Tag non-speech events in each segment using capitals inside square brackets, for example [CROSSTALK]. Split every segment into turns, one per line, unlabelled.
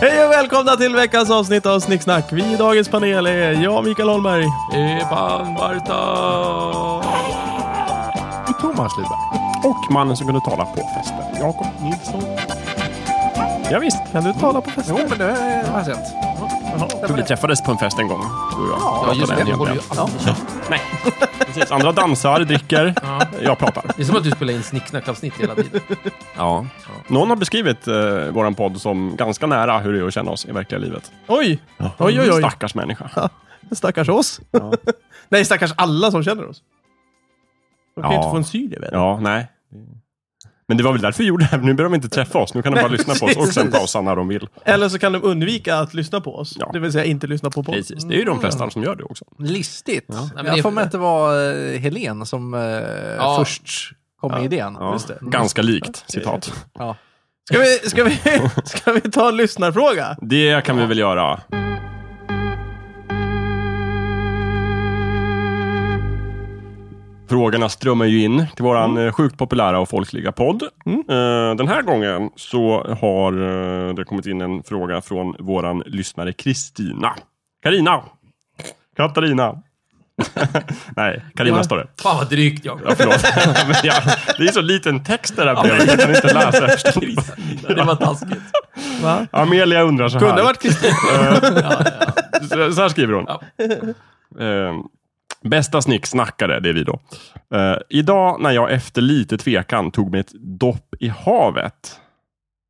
Hej och välkomna till veckans avsnitt av Snicksnack. Vi i dagens panel är jag, Mikael Holmberg. Eban Barta.
Thomas Lidberg. Och mannen som kunde tala på festen, Jakob Nilsson.
Ja, visst, kan du tala på
Jo,
festen?
men det har jag sett.
För vi träffades på en fest en gång. Du och jag.
Ja,
just det.
Håller ju an.
Nej, precis. Andra dansar, dricker. Jag pratar.
Det är som att du spelar in snicksnackavsnitt hela tiden.
Ja. Någon har beskrivit eh, vår podd som ganska nära hur det är att känna oss i verkliga livet.
Oj, oj, oj, oj.
Stackars människa.
Stackars oss. [LAUGHS] Nej, stackars alla som känner oss. De kan ju
Ja.
inte få en syl i världen.
Ja, nej. Men det var väl därför vi gjorde det här. Nu behöver de inte träffa oss. Nu kan de
Nej,
bara lyssna på oss och
precis.
sen pausa när de vill.
Eller så kan de undvika att lyssna på oss.
Ja.
Det vill säga inte lyssna på podden.
Precis. Det är ju de flesta
Mm.
som gör det också.
Listigt.
men
jag
det-
får mig att det var eh, Helen som eh,
Ja.
först kom med idén.
Ja.
Just det.
Ganska likt citat.
Ja.
Ska vi, ska vi, [LAUGHS] ska vi ta en lyssnarfråga?
Det kan vi väl göra. Frågorna strömmar ju in till våran
Mm.
eh, sjukt populära och folkliga podd. Eh, Den här gången så har eh, det kommit in en fråga från våran lyssnare Kristina. Karina. Katarina. [LAUGHS] Nej, Karina står det.
Fan vad drygt jag.
Ja,
[LAUGHS]
förlåt. [LAUGHS] Men jag, det är så liten text i det här brevet, jag kan inte läsa
[LAUGHS]
efter.
Det var taskigt.
Va?
Amelia undrar så här.
Kunde ha varit Kristin.
Så, så här skriver hon.
Ja.
Eh, bästa snicksnackare, det är vi då. Eh, idag när jag efter lite tvekan tog mig ett dopp i havet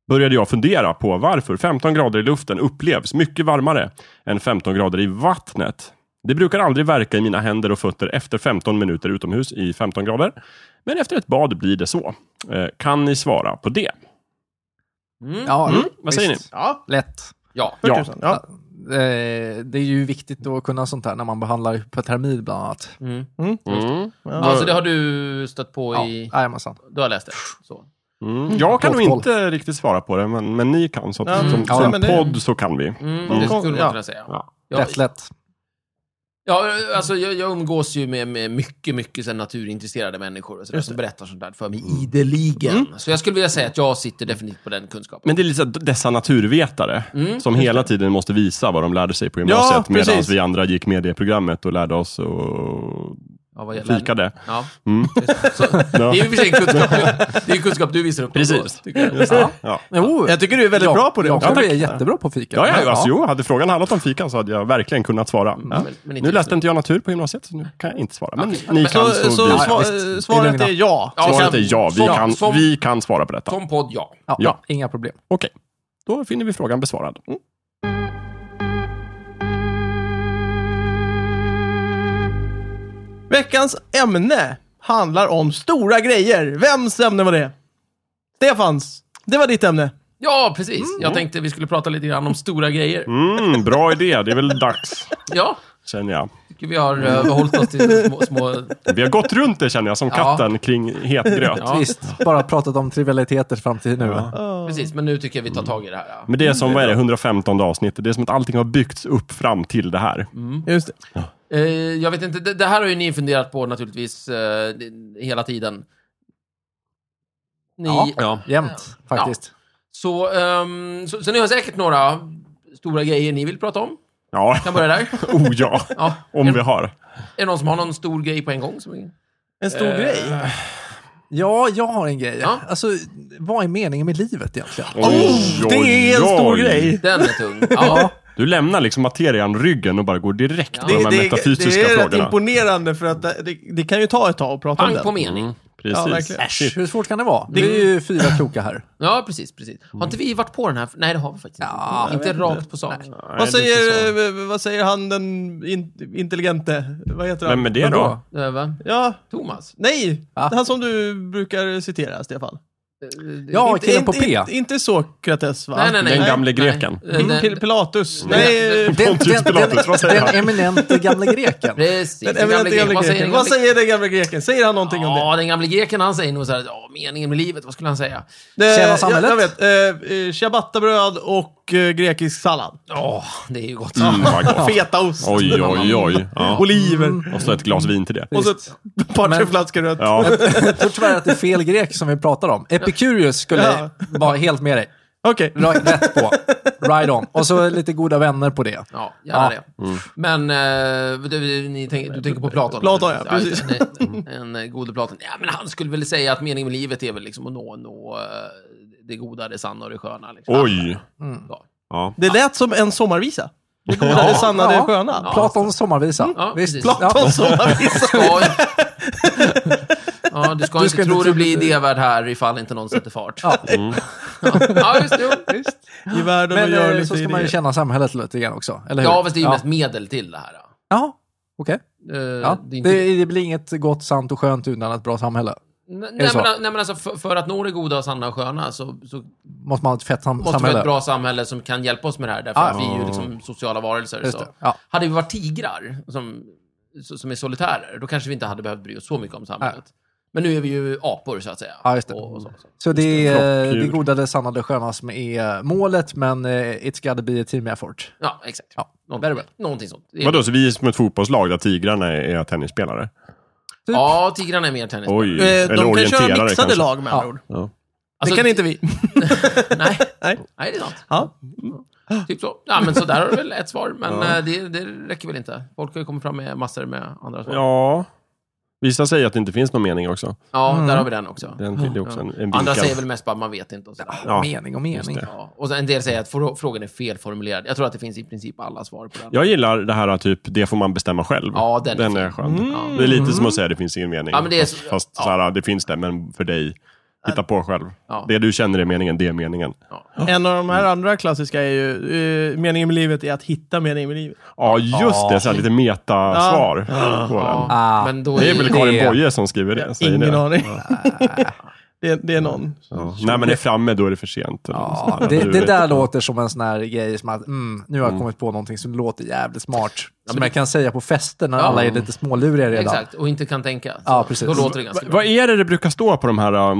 började jag fundera på varför 15 grader i luften upplevs mycket varmare än 15 grader i vattnet. Det brukar aldrig verka i mina händer och fötter efter 15 minuter utomhus i 15 grader. Men efter ett bad blir det så. Eh, kan ni svara på det?
Ja,
Mm, vad säger
visst.
Ja,
Lätt.
Ja.
för
Ja.
tusan. ja.
Eh, Det är ju viktigt att kunna sånt här när man behandlar hypotermi bland annat.
Mm.
Mm.
Alltså det har du stött på
Ja,
i...
jajamensan.
Du har läst det? Så.
Mm. Jag kan nog
Protokoll.
inte riktigt svara på det, men, men ni kan. Så att,
Ja,
som,
ja,
som
men det-
podd så kan vi.
Mm,
Mm.
Det skulle
Ja.
man kunna säga.
Ja.
Ja,
Lätt, lätt.
ja, alltså, jag, jag umgås ju med, med mycket, mycket så här naturintresserade människor och så där, som berättar sånt där för mig ideligen.
Mm.
Så jag skulle vilja säga att jag sitter definitivt på den kunskapen.
Men det är lite så här, dessa naturvetare
Mm.
som hela tiden måste visa vad de lärde sig på gymnasiet
Ja,
medan
precis.
vi andra gick med det programmet och lärde oss och
Ja, vad gäller-
fikade.
Ja.
Mm.
Så, [LAUGHS] det är ju i och för sig kunskap, det är ju kunskap du visar upp.
Precis.
tycker jag. Ja.
Ja.
Jo,
Jag tycker du är väldigt
jag,
bra på det
Jag
också.
tror jag är jättebra på fika.
Ja, ja, alltså, jo, hade frågan handlat om fikan så hade jag verkligen kunnat svara. Ja.
Mm, men- men inte
nu
just
läste
nu.
inte jag natur på gymnasiet, så nu kan jag inte svara. Men ni
Men-
kan
Så,
så,
så
vi,
sva-
visst.
eh,
Det är
svaret
lugna.
är ja.
Ja,
svaret
sen-
är ja. Vi
som-
kan,
som-
vi kan svara på detta.
Som podd, ja.
Ja,
Ja.
Inga problem.
Okej, då finner vi frågan besvarad. Mm.
Veckans ämne handlar om stora grejer. Vems ämne var det? Stefans. Det var ditt ämne.
Ja, precis. Jag tänkte vi skulle prata lite grann om stora grejer.
Mm, bra idé, det är väl dags,
Ja,
känner jag.
tycker vi har eh, behållit oss till små... små
Vi har gått runt det känner jag, som
Ja.
katten kring het gröt.
ja,
Visst, bara pratat om trivialiteter fram till nu.
precis. Men nu tycker jag vi tar tag i det här. Ja.
Men det är som, vad är det, 115 avsnittet. Det är som att allting har byggts upp fram till det här.
Just det.
Eh, jag vet inte, det, det här har ju ni funderat på naturligtvis eh, det- hela tiden. Ni,
Ja. Jämt, faktiskt.
Så, ehm, så, så ni har säkert några stora grejer ni vill prata om.
Ja,
Kan börja där.
[LAUGHS] oh ja,
Ja.
om
är,
vi har.
är det någon som har någon stor grej på en gång? Som, vi-
En stor
Eh,
grej.
Ja, jag har en grej.
Ja.
Alltså, vad är meningen med livet egentligen?
Oj,
Oh, det är en
oj,
stor
oj.
grej.
den är tung. Ja.
Du lämnar liksom materian ryggen och bara går direkt på de här metafysiska
det är rätt
frågorna.
imponerande för att det, det kan ju ta ett tag att prata om
Pang på
den.
mening.
Ja,
Precis.
verkligen.
Shit.
Hur svårt kan det vara? Det är ju fyra kloka här.
Ja, precis, precis. Har inte vi varit på den här? Nej, det har vi faktiskt inte.
Ja, jag
inte rakt på sak.
Nej,
Vad
det är inte
säger,
så.
eh, vad säger han den in, intelligente? Vad heter han?
Vem är det då?
Vadå?
Eh, va?
Ja,
Thomas?
nej.
Va?
Han som du brukar citera, Stefan.
Ja,
Inte-
killen
inte-
på P.
Inte, inte Sokrates, va? Mm.
Nej, nej, nej.
Den gamle
Nej.
greken.
Eh, den-
Pil- Pilatus.
Nej.
Nej, eh,
Den,
Pontius
den,
Pilatus, vad
den,
säger
den
han?
eminente gamle greken.
[LAUGHS] Precis.
Den
den gamle
eminente
greken.
gamle greken. Vad säger den gamle greken? Säger han någonting om det?
Ja, den gamle greken han säger nog såhär, ja, meningen med livet, vad skulle han säga?
Eh,
Tjena
jag-
samhället.
Jag vet. eh, eh, Ciabattabröd och eh, grekisk sallad.
Ja, det är ju gott.
Mm, vad
[LAUGHS]
gott.
Fetaost. Mm.
Oj,
[LAUGHS]
oj, oj. Ja.
Oliver.
Och så ett glas vin till det.
Och så ett [LAUGHS] par tre
Men-
flaskor rött.
Ja.
[LAUGHS]
Jag tror tyvärr att det är fel grek som vi pratar om. Epicurius skulle
Ja.
vara helt med dig.
Okej.
Ra- Rätt på. Ride on. Och så lite goda vänner på det.
Ja, gärna
Ja.
det. Men eh, du, ni tänker, du tänker på Platon?
Platon, ja, precis.
En, en, en god Platon. Ja, men han skulle väl säga att meningen med livet är väl liksom att nå, nå eh, det goda, det sanna och det sköna. Liksom.
Oj!
Mm.
Ja.
Ja.
Det lät som en sommarvisa. Det goda, det sanna, det
Ja.
sköna.
Ja.
Platons sommarvisa.
Ja,
Visst.
precis.
Ja.
Platons sommarvisa. [LAUGHS]
[LAUGHS] Ska, ja, du ska,
Du
inte
ska
tro
inte tro-
du blir idévärd här ifall inte någon sätter fart. Ja,
Ja.
[LAUGHS] ja just det. jo.
I världen och
Men
gör
eh,
lite
så ska man ju
idéer.
känna samhället lite grann också. Eller hur?
Ja, fast det är ju
ja.
mest medel till det här. ja.
Ja, okej. Ja.
Eh, det är
Det,
inte-
det blir inget gott, sant och skönt utan ett bra samhälle.
Nej,
det
nej,
så?
men, nej, men alltså, för, för att nå det goda, sanna och sköna så, så
Måste man ha ett fett sam-
måste vi ha
samhälle?
ett bra samhälle som kan hjälpa oss med det här. Därför
Ah.
att vi är ju liksom sociala varelser.
Just
Så.
det. Ja.
Hade vi varit tigrar som, så- som är solitärer, då kanske vi inte hade behövt bry oss så mycket om samhället. Men nu är vi ju apor, så att säga.
Ja, just det.
Och, och så, så.
Så det är eh,
Flockdjur.
det goda, det sanna, det sköna som är målet, men eh, it's gotta be a team effort.
Ja, exakt.
Ja,
Någonting, någonting sånt. Det är-
Vadå, så vi är som ett fotbollslag där tigrarna är, är tennisspelare?
Typ.
Ja, tigrarna är mer tennis.
Oj,
Eh,
eller
De kan köra
orienterare
mixade
kanske.
lag med andra
Ja.
ord.
Ja.
Det
Alltså,
kan inte vi.
[LAUGHS] Nej,
Nej.
nej, det är sant.
Ja.
Typ så. Ja, men så där har du väl ett svar, men eh, det, det räcker väl inte. Folk har ju kommit fram med massor med andra svar. Ja,
ja. Vissa säger att det inte finns någon mening också.
där har vi den också.
Mm. Den, det är också en, en
Andra
vinkad-
säger väl mest bara man vet inte och sådär.
Ja.
Mening och mening.
Ja. Och sen en del säger att frå- frågan är felformulerad. Jag tror att det finns i princip alla svar på den.
Jag gillar det här typ, det får man bestämma själv.
Ja, den är fin.
är skön.
Ja.
Det är lite som att säga det finns ingen mening.
Ja, men det är-
Fast, fast
ja.
så här, det finns det, men för dig. Hitta på själv.
Ja.
Det du känner är meningen, det är meningen.
En av de här andra klassiska är ju, eh, meningen med livet är att hitta meningen med livet.
Ja, just det. Så här, lite metasvar på
Ja,
den.
Ah.
Men då
Det är väl Karin
Det-
Boye som skriver det? säger
Ingen
det.
aning. [LAUGHS] det, det är någon.
Ja. När man är framme, då är det för sent. eller något
Ja,
sånt
det,
Du
det
vet.
där låter som en sån här grej som att mm, nu har jag kommit på någonting som låter jävligt smart. Som
men
jag kan säga på fester när
Ja.
alla är lite småluriga redan.
Exakt, och inte kan tänka. Så,
Ja, precis.
Då låter det ganska
Va-
bra.
Vad är det det brukar stå på de här äh,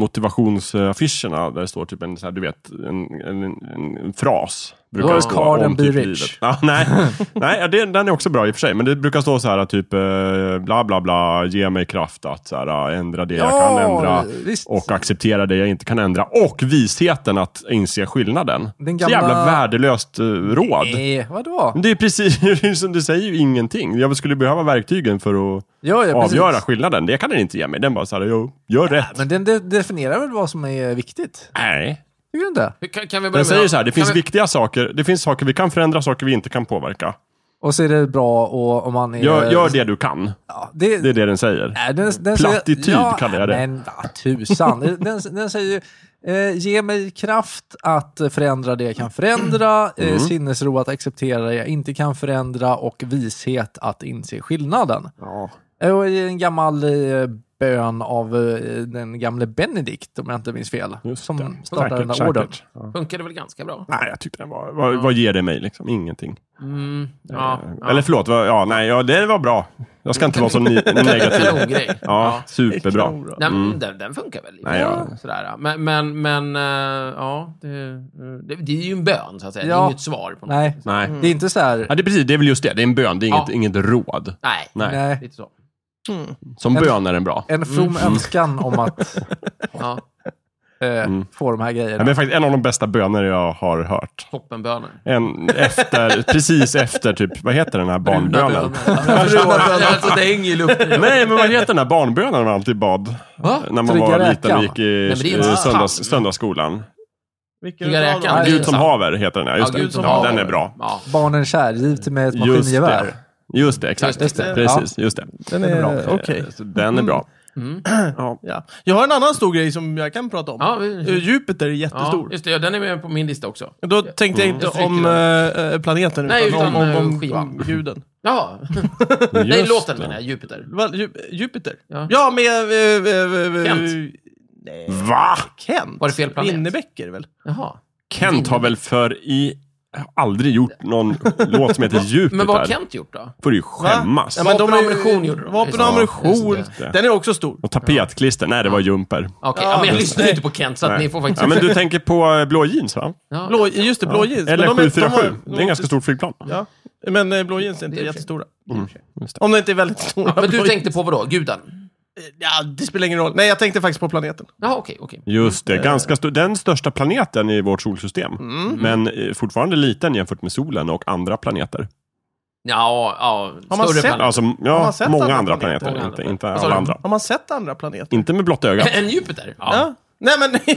motivationsaffischerna? Där det står typ en, så här, du vet, en, en, en, en fras. Brukar
Work
det stå
hard
om
and be
typ
rich.
livet. Ja,
[LAUGHS]
nej, nej ja, det, den är också bra i och för sig. Men det brukar stå så här typ eh, bla bla bla, ge mig kraft att så här, äh, ändra det jag
Ja,
kan ändra.
visst.
Och acceptera det jag inte kan ändra. Och visheten att inse skillnaden.
Den
Så jävla
gamla-
värdelöst eh, råd.
Nej, vadå?
Men Det är precis [LAUGHS] som du säger, ju ingenting. Jag skulle behöva verktygen för att
Ja, ja, precis.
avgöra skillnaden. Det kan den inte ge mig. Den bara så här, jo, gör rätt.
Men den de definierar väl vad som är viktigt?
Nej.
Tycker du inte?
Kan, kan vi börja
Den säger
med-
så här, det
kan
finns
vi,
viktiga saker. Det finns saker vi kan förändra, saker vi inte kan påverka.
Och så är det bra och om man är...
Gör, gör det du kan.
Ja, det,
Det är det den säger.
Nej, Äh, den, den
Plattityd kallar jag det.
Men va, tusan.
[LAUGHS]
den, den säger ju, eh, ge mig kraft att förändra det jag kan förändra, eh,
Mm.
sinnesro att acceptera det jag inte kan förändra och vishet att inse skillnaden. Eh, Och i en gammal eh, bön av eh, den gamle Benedikt, om jag inte minns fel, som startar den här orden.
säkert. Ja.
Funkar det väl ganska bra?
Nej, jag tyckte den var... Vad, vad ger det mig liksom? Ingenting.
Mm, ja, ja.
Eller förlåt, vad, ja, nej, ja, det var bra. Jag ska inte vara så ni- negativ.
Kanongrej.
Ja, superbra.
Kanonbra.
Den, den, den funkar väl?
Nej, ja.
Sådär, ja. Men, men, men eh, ja, det, det, det är ju en bön, så att säga. Det är
Ja.
inget svar på något.
Nej,
Nej.
det är inte så här...
Ja, det är precis. Det är väl just det. Det är en bön. Det är inget,
Ja.
inget råd.
Nej,
Nej. Mm.
Nej,
lite så.
Som
En-
bön är den bra.
en from önskan om
[LAUGHS]
att
Ja,
eh, få de här grejerna.
Ja, Mm. men faktiskt en av de bästa böner jag har hört.
toppenbönen.
En
[LAUGHS]
efter, precis efter typ, vad heter den här barnbönen? [LAUGHS]
alltså, det hänger i luften.
Nej, men vad heter den här barnbönen man alltid bad?
Va?
När man
Trygga
var
räkan.
liten och gick i,
men det är
i
en
söndags,
psalm.
söndagsskolan.
Vilken
Tycker jag
utav
räcker.
dem?
Ja,
Gud
det är
som
sant.
haver heter den, ja. Just
Ja, Gud
det.
som
Ja,
haver.
den är bra.
Ja.
Barnen kär, giv till mig ett
Just
maskingevär.
det. Just det, exakt.
Just det.
Precis, just det. Eh,
Den är bra. Eh, Okej.
Så Den är bra.
Ja. Jag har en annan stor grej som jag kan prata om.
Ja, vi-
Eh, Jupiter är
Ja,
jättestor.
just det, ja, den är med på min lista också.
Då tänkte jag
Mm.
inte
Jag stryker
om eh, planeten,
Nej,
utan,
utan,
om, om,
eh, skivan.
om guden.
Ja,
Just
[LAUGHS] Mm. nej, låten
det.
menar jag, Jupiter.
Vad, Ju- Jupiter?
Ja.
Ja, med... eh, eh, eh,
Kent.
Nej.
Va?
Kent?
Var det fel planet?
Winnerbäcker väl?
Jaha.
Kent har väl för i... Aldrig gjort någon låt
[LAUGHS]
som heter Jupiter.
Men vad har Kent gjort då?
får du ju skämmas.
Ja, men
Vapen
de är
och
ju-
ammunition gjorde de.
Vapen och
Ja,
ammunition.
just
det.
Den är också stor.
Och tapetklister. Nej, det var jumper.
Okej, ja, men jag lyssnar ju inte på Kent, så att
Nej.
ni får faktiskt...
Ja, men du tänker på eh, blå jeans, va?
Ja.
Blå, just det, blå jeans.
Eller
Men de är- de
747.
var-
Det är en ganska stort flygplan.
Ja, men eh, blå jeans är inte
Det är
jättestora.
Mm, just det.
Om de inte är väldigt stora.
Men du
blå
tänkte på vad då? Guden?
Ja, det spelar ingen roll. Nej, jag tänkte faktiskt på planeten.
Jaha, okej, okej.
Just
Eh.
det, ganska stor, den största planeten i vårt solsystem.
Mm.
Men eh, fortfarande liten jämfört med solen och andra planeter.
Ja, ja.
Har man
större
sett-
planet.
Alltså,
Har man
ja,
sett
många
andra
andra
planeter?
planeter.
Många
Inte,
andra.
inte
Vad sa
alla
du?
andra.
Har man sett andra planeter?
Inte med blotta
[LAUGHS]
ögat.
[LAUGHS] En Jupiter? Ja.
Ja. Nej, men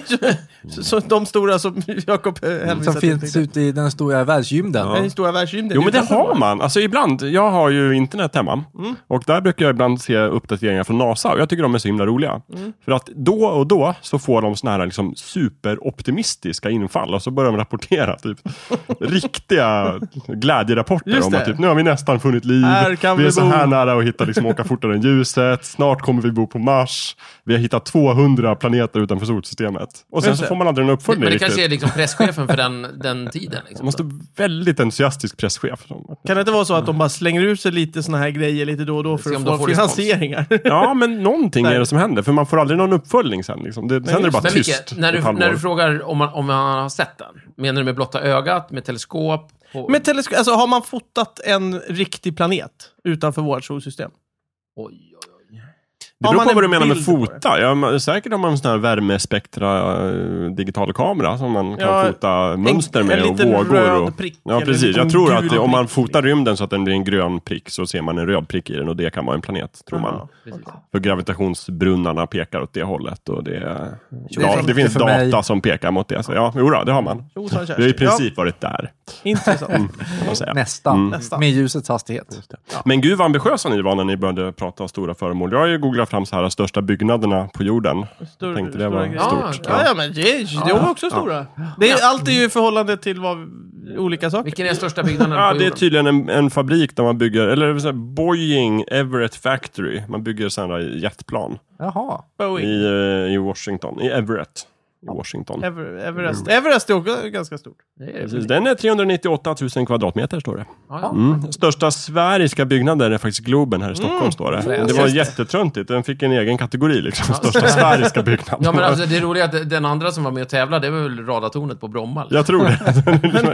[LAUGHS] så, så de stora som Jakob
Mm,
eh, hänvisar
Som finns ute i den stora världsgymden.
Den stora världsrymden.
Jo, men det
utanför
har
vår.
man. Alltså ibland, jag har ju internet hemma.
Mm.
Och där brukar jag ibland se uppdateringar från NASA. Och jag tycker de är så himla roliga.
Mm.
För att då och då så får de såna här liksom superoptimistiska infall. Och så börjar de
[LAUGHS]
rapportera typ riktiga glädjerapporter.
Just
Om att
det.
typ, nu har vi nästan funnit liv.
Här kan
vi är
vi
så
bo."
här nära att hitta liksom, åka fortare än ljuset. Snart kommer vi bo på Mars. Vi har hittat 200 planeter utanför solsystemet. Och sen
Just
så
det.
får man aldrig någon uppföljning
Men det kanske
riktigt.
är liksom presschefen för den, den tiden.
Man
Liksom.
måste väldigt entusiastisk presschef.
Kan det inte vara så att de bara slänger ut sig lite såna här grejer lite då och då för
Se
att
om de
få
får respons.
finansieringar?
Ja, men någonting är det som händer. För man får aldrig någon uppföljning sen. Liksom. Det, sen är det bara
Men
tyst.
Micke, när
ett
du,
halvår.
när du frågar om man, om man har sett den, menar du med blotta ögat, med teleskop? På,
Med teleskop, alltså har man fotat en riktig planet utanför vårt solsystem?
Oj, oj, oj.
det
har man
beror på
en
vad du menar med
bild på det?
fota. Ja, men, säkert har man en sån här värmespektra eh, digital kamera som man kan
Ja,
fota mönster
en
med och
liten
vågor.
röd
och...
prick
ja,
eller en
precis.
liten
Jag tror
gul
att det, om man
prick.
fotar rymden så att den blir en grön prick så ser man en röd prick i den och det kan vara en planet, tror man.
Ja.
Precis.
För gravitationsbrunnarna pekar åt det hållet och det, är- ja,
som-
det finns
för
data
mig.
som pekar mot det. Så ja, jodå, det har man.
Jo, sa Kerstin.
Vi har i princip Mm. varit där,
Ja, intressant.
kan man säga.
Nästan.
Mm.
Nästan.
Med ljusets hastighet.
Men gud vad ambitiösa ni var när ni började prata om stora föremål. Jag har ju googlat fram så här största byggnaderna på jorden.
Stor-
tänkte det
stora
var
grejer.
stort.
Ja,
Ja, ja, men det, det var också stora. Det är, allt är ju i förhållande till vad, olika saker.
Vilken är den största byggnaden
Ja,
på
det är typ-
jorden?
tydligen en, en fabrik där man bygger, eller så här, Boeing Everett Factory. Man bygger sådana där jetplan
Jaha.
Boeing.
i, eh, i Washington, i Everett. I Washington.
Ever, Everest.
Mm.
Everest är också ganska stort.
Det är
Precis,
det.
den är 398 000 kvadratmeter står det.
Ja, ja.
Mm. Största sfäriska byggnaden är faktiskt Globen här i Stockholm
Mm.
står det. Det var jättetöntigt, den fick en egen kategori liksom. Största sfäriska byggnaden.
Ja, men alltså, det roliga är att den andra som var med och tävlade, det var väl radartornet på Bromma? liksom.
Jag
[LAUGHS]
tror det. liksom-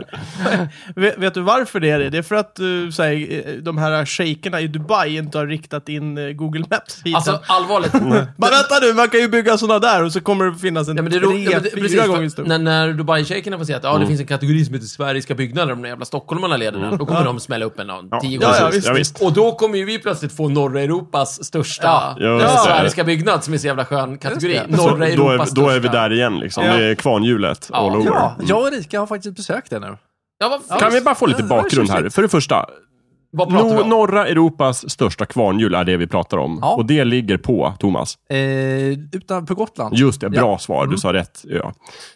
Vet, vet du varför det är det? Det är för att eh, så här, eh, de här shejkerna i Dubai inte har riktat in eh, Google Maps hit.
Alltså,
[LAUGHS]
allvarligt.
Men vänta nu, man kan ju bygga sådana där och så kommer det finnas en
Ja, men det är
tre,
roligt. Ja, men det-
fyra
precis,
gånger
för
stor.
när, när Dubai-shejkerna får se att ja,
Mm.
det finns en kategori som heter Sveriges byggnader, om de jävla stockholmarna leder den, då kommer de smälla upp en av tio
Ja,
gånger.
ja,
precis.
visst.
ja, visst.
Och då kommer ju vi plötsligt få norra Europas största
Ja,
ja,
just det.
sverigeska byggnad, som är så jävla skön kategori.
Just
Så
Norra
Alltså, då, är,
Europas
då är vi
största.
där igen liksom.
Ja.
Det är kvarnhjulet
Ja.
all over. Mm.
Ja, jag och Rika har faktiskt besökt det nu.
Ja, vad, fan-
Kan vi bara få lite
Ja, det var ju
bakgrund här?
tjusigt.
För det första,
vad pratar vi
no,
om?
norra Europas största kvarnhjul är det vi pratar om.
Ja.
Och det ligger på, Thomas.
Eh, utan, på Gotland.
Just det, bra svar. Du sa rätt ö.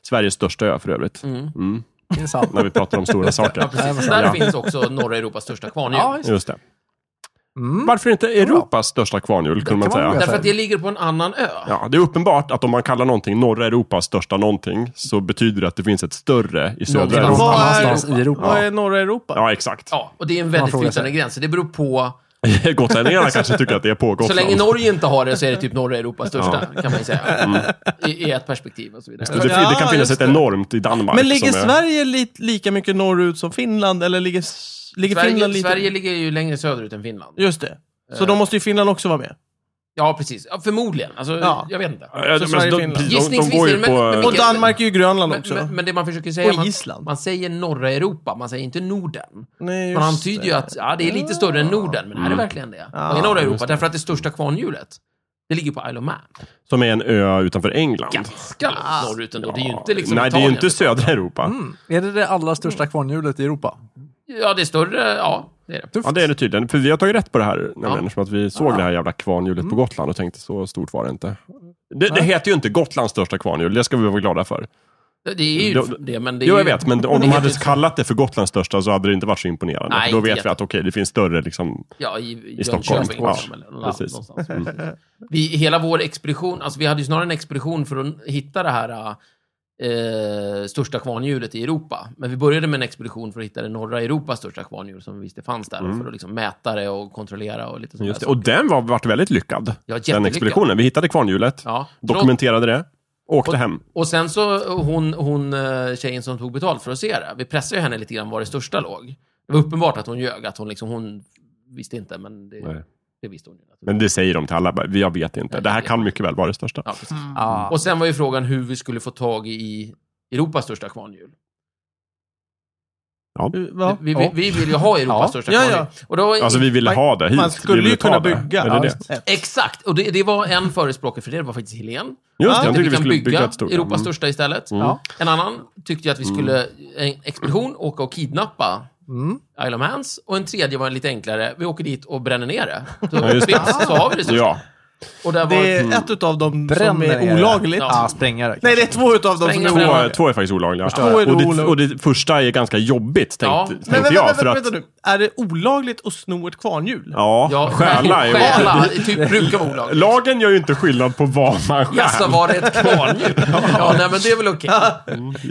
Sveriges största ö för övrigt. Mm.
Finns
[LAUGHS]
allt.
När vi pratar om stora saker.
Precis, där finns också norra Europas största kvarnhjul.
Ja, just det.
Just det.
Mm.
Varför inte Europas största kvarnhjul, kunde man
kan man
säga.
göra.
Därför att det ligger på en annan ö.
Ja, det är uppenbart att om man kallar någonting norra Europas största någonting så betyder det att det finns ett större i södra
Någonting
Europa.
Vad är-
Annanstans i Europa.
Vad är norra Europa?
Ja, exakt.
Ja, och det är en
Man
väldigt
frågar sig.
flytande gräns. Så Det beror på...
[LAUGHS] Gotlänningarna kanske tycker att det är på
Så
Gotland.
länge Norge inte har det så är det typ norra Europas största, kan man ju säga. I, I ett perspektiv och så vidare.
Det, Alltså, det
Ja,
kan finnas
just
ett
det.
enormt i Danmark.
Men ligger
som är-
Sverige li lika mycket norrut som Finland? Eller ligger, s- ligger Finland
Sverige,
lite...
Sverige Eh. ligger ju längre söderut än Finland.
Just det. Så då måste ju Finland också vara med.
Ja, precis. Ja, förmodligen. Alltså,
Ja.
jag vet inte.
Ja, men
Sverige,
de,
Finland.
precis, de, de
Gissningsvis
går
är
ju
det, men-
på...
men-
Och Danmark är ju Grönland
Men,
också.
men, men det man försöker säga
Och
man,
Island.
man säger norra Europa, man säger inte Norden.
Nej,
Man
just
antyder ju
det.
att ja, det är lite större än Norden, men är det verkligen det?
Ja,
Vad är norra Europa? Därför att det största kvarnhjulet, det ligger på Isle of Man.
som är en ö utanför England.
Ganska långt norrut ändå. Det är ju inte liksom
Nej, det är ju
Italien.
inte södra Europa.
Mm. Är det det allra största kvarnhjulet i Europa?
Ja, det är större. Ja, det är det.
Ja, det är det tydligen. För vi har tagit rätt på det här, nämligen, eftersom att vi såg det här jävla kvarnhjulet på Gotland och tänkte så stort var det inte. Det, det heter ju inte Gotlands största kvarnhjul, det ska vi vara glada för.
Det är ju
Då-
det, men det är
Jo,
ju...
jag vet, men om
det
de
är
hade
ju-
kallat det för Gotlands största så hade det inte varit så imponerande.
Nej,
För då
inte
vet vi
jätte-
att okej, det finns större liksom,
Ja, i,
i Stockholm.
Jönköping.
Ja,
liksom, eller någon
precis.
annanstans. [LAUGHS] Vi, hela vår expedition, alltså vi hade ju snarare en expedition för att hitta det här eh, största kvarnhjulet i Europa. Men vi började med en expedition för att hitta det norra Europas största kvarnhjul som vi visste fanns där. För att liksom mäta det och kontrollera och lite sånt
Mm. Just det.
där.
Och den var, vart väldigt lyckad, den
jättelyckad.
expeditionen. Vi hittade kvarnhjulet,
Ja.
dokumenterade det, åkte
Och-
hem.
Och sen så hon, hon eh, tjejen som tog betalt för att se det, vi pressade ju henne lite grann var det största låg. Det var uppenbart att hon ljög, att hon liksom, hon visste inte, men det,
Nej.
Det visste hon ju naturligtvis.
Men det säger de till alla. bara, Jag vet inte. Det här kan mycket väl vara det största.
Ja, precis.
Ah.
Och sen var ju frågan hur vi skulle få tag i Europas största kvarnhjul.
Va?
Vi, vi, vi vill ju ha Europas
Ja.
största
Ja, ja.
kvarnhjul. Och då,
Alltså vi ville
Man-
ha det hit.
Man
vi
skulle
ville
ju
ta
kunna
det.
bygga.
Är det det?
allt.
Exakt! Och det, det var en förespråkare för det, det var faktiskt Helene.
Just det,
Ja,
han
Att
tyckte
vi
vi
kan
skulle
bygga,
bygga ett stort.
Europas
Mm.
största istället.
Ja.
En annan tyckte ju att vi skulle, en expedition, åka och kidnappa
Mm.
Isle of Hands. Och en tredje var en lite enklare, vi åker dit och bränner ner det. Så,
[LAUGHS] Ja, just det.
vips, så har vi det största.
Ja,
Och där var,
Det är ett utav dem som
Bränner
är
er.
olagligt.
Ja, sprängare.
Nej, det är två utav dem som
Spränga
är
bränna.
olagliga.
två, två är faktiskt olagliga.
Två är
och, det,
olagliga.
och det första är ganska jobbigt, tänkte,
Ja.
tänkte
Men vänta,
jag.
vänta,
för
vänta,
att,
vänta nu. Är det olagligt att sno ett kvarnhjul?
ja,
ja,
stjäla är
stjäla, det typ brukar vara olagligt.
Lagen gör ju inte skillnad på vad man stjäl.
Jaså, var det ett
[LAUGHS]
kvarnhjul? Ja, nej men det är väl okej.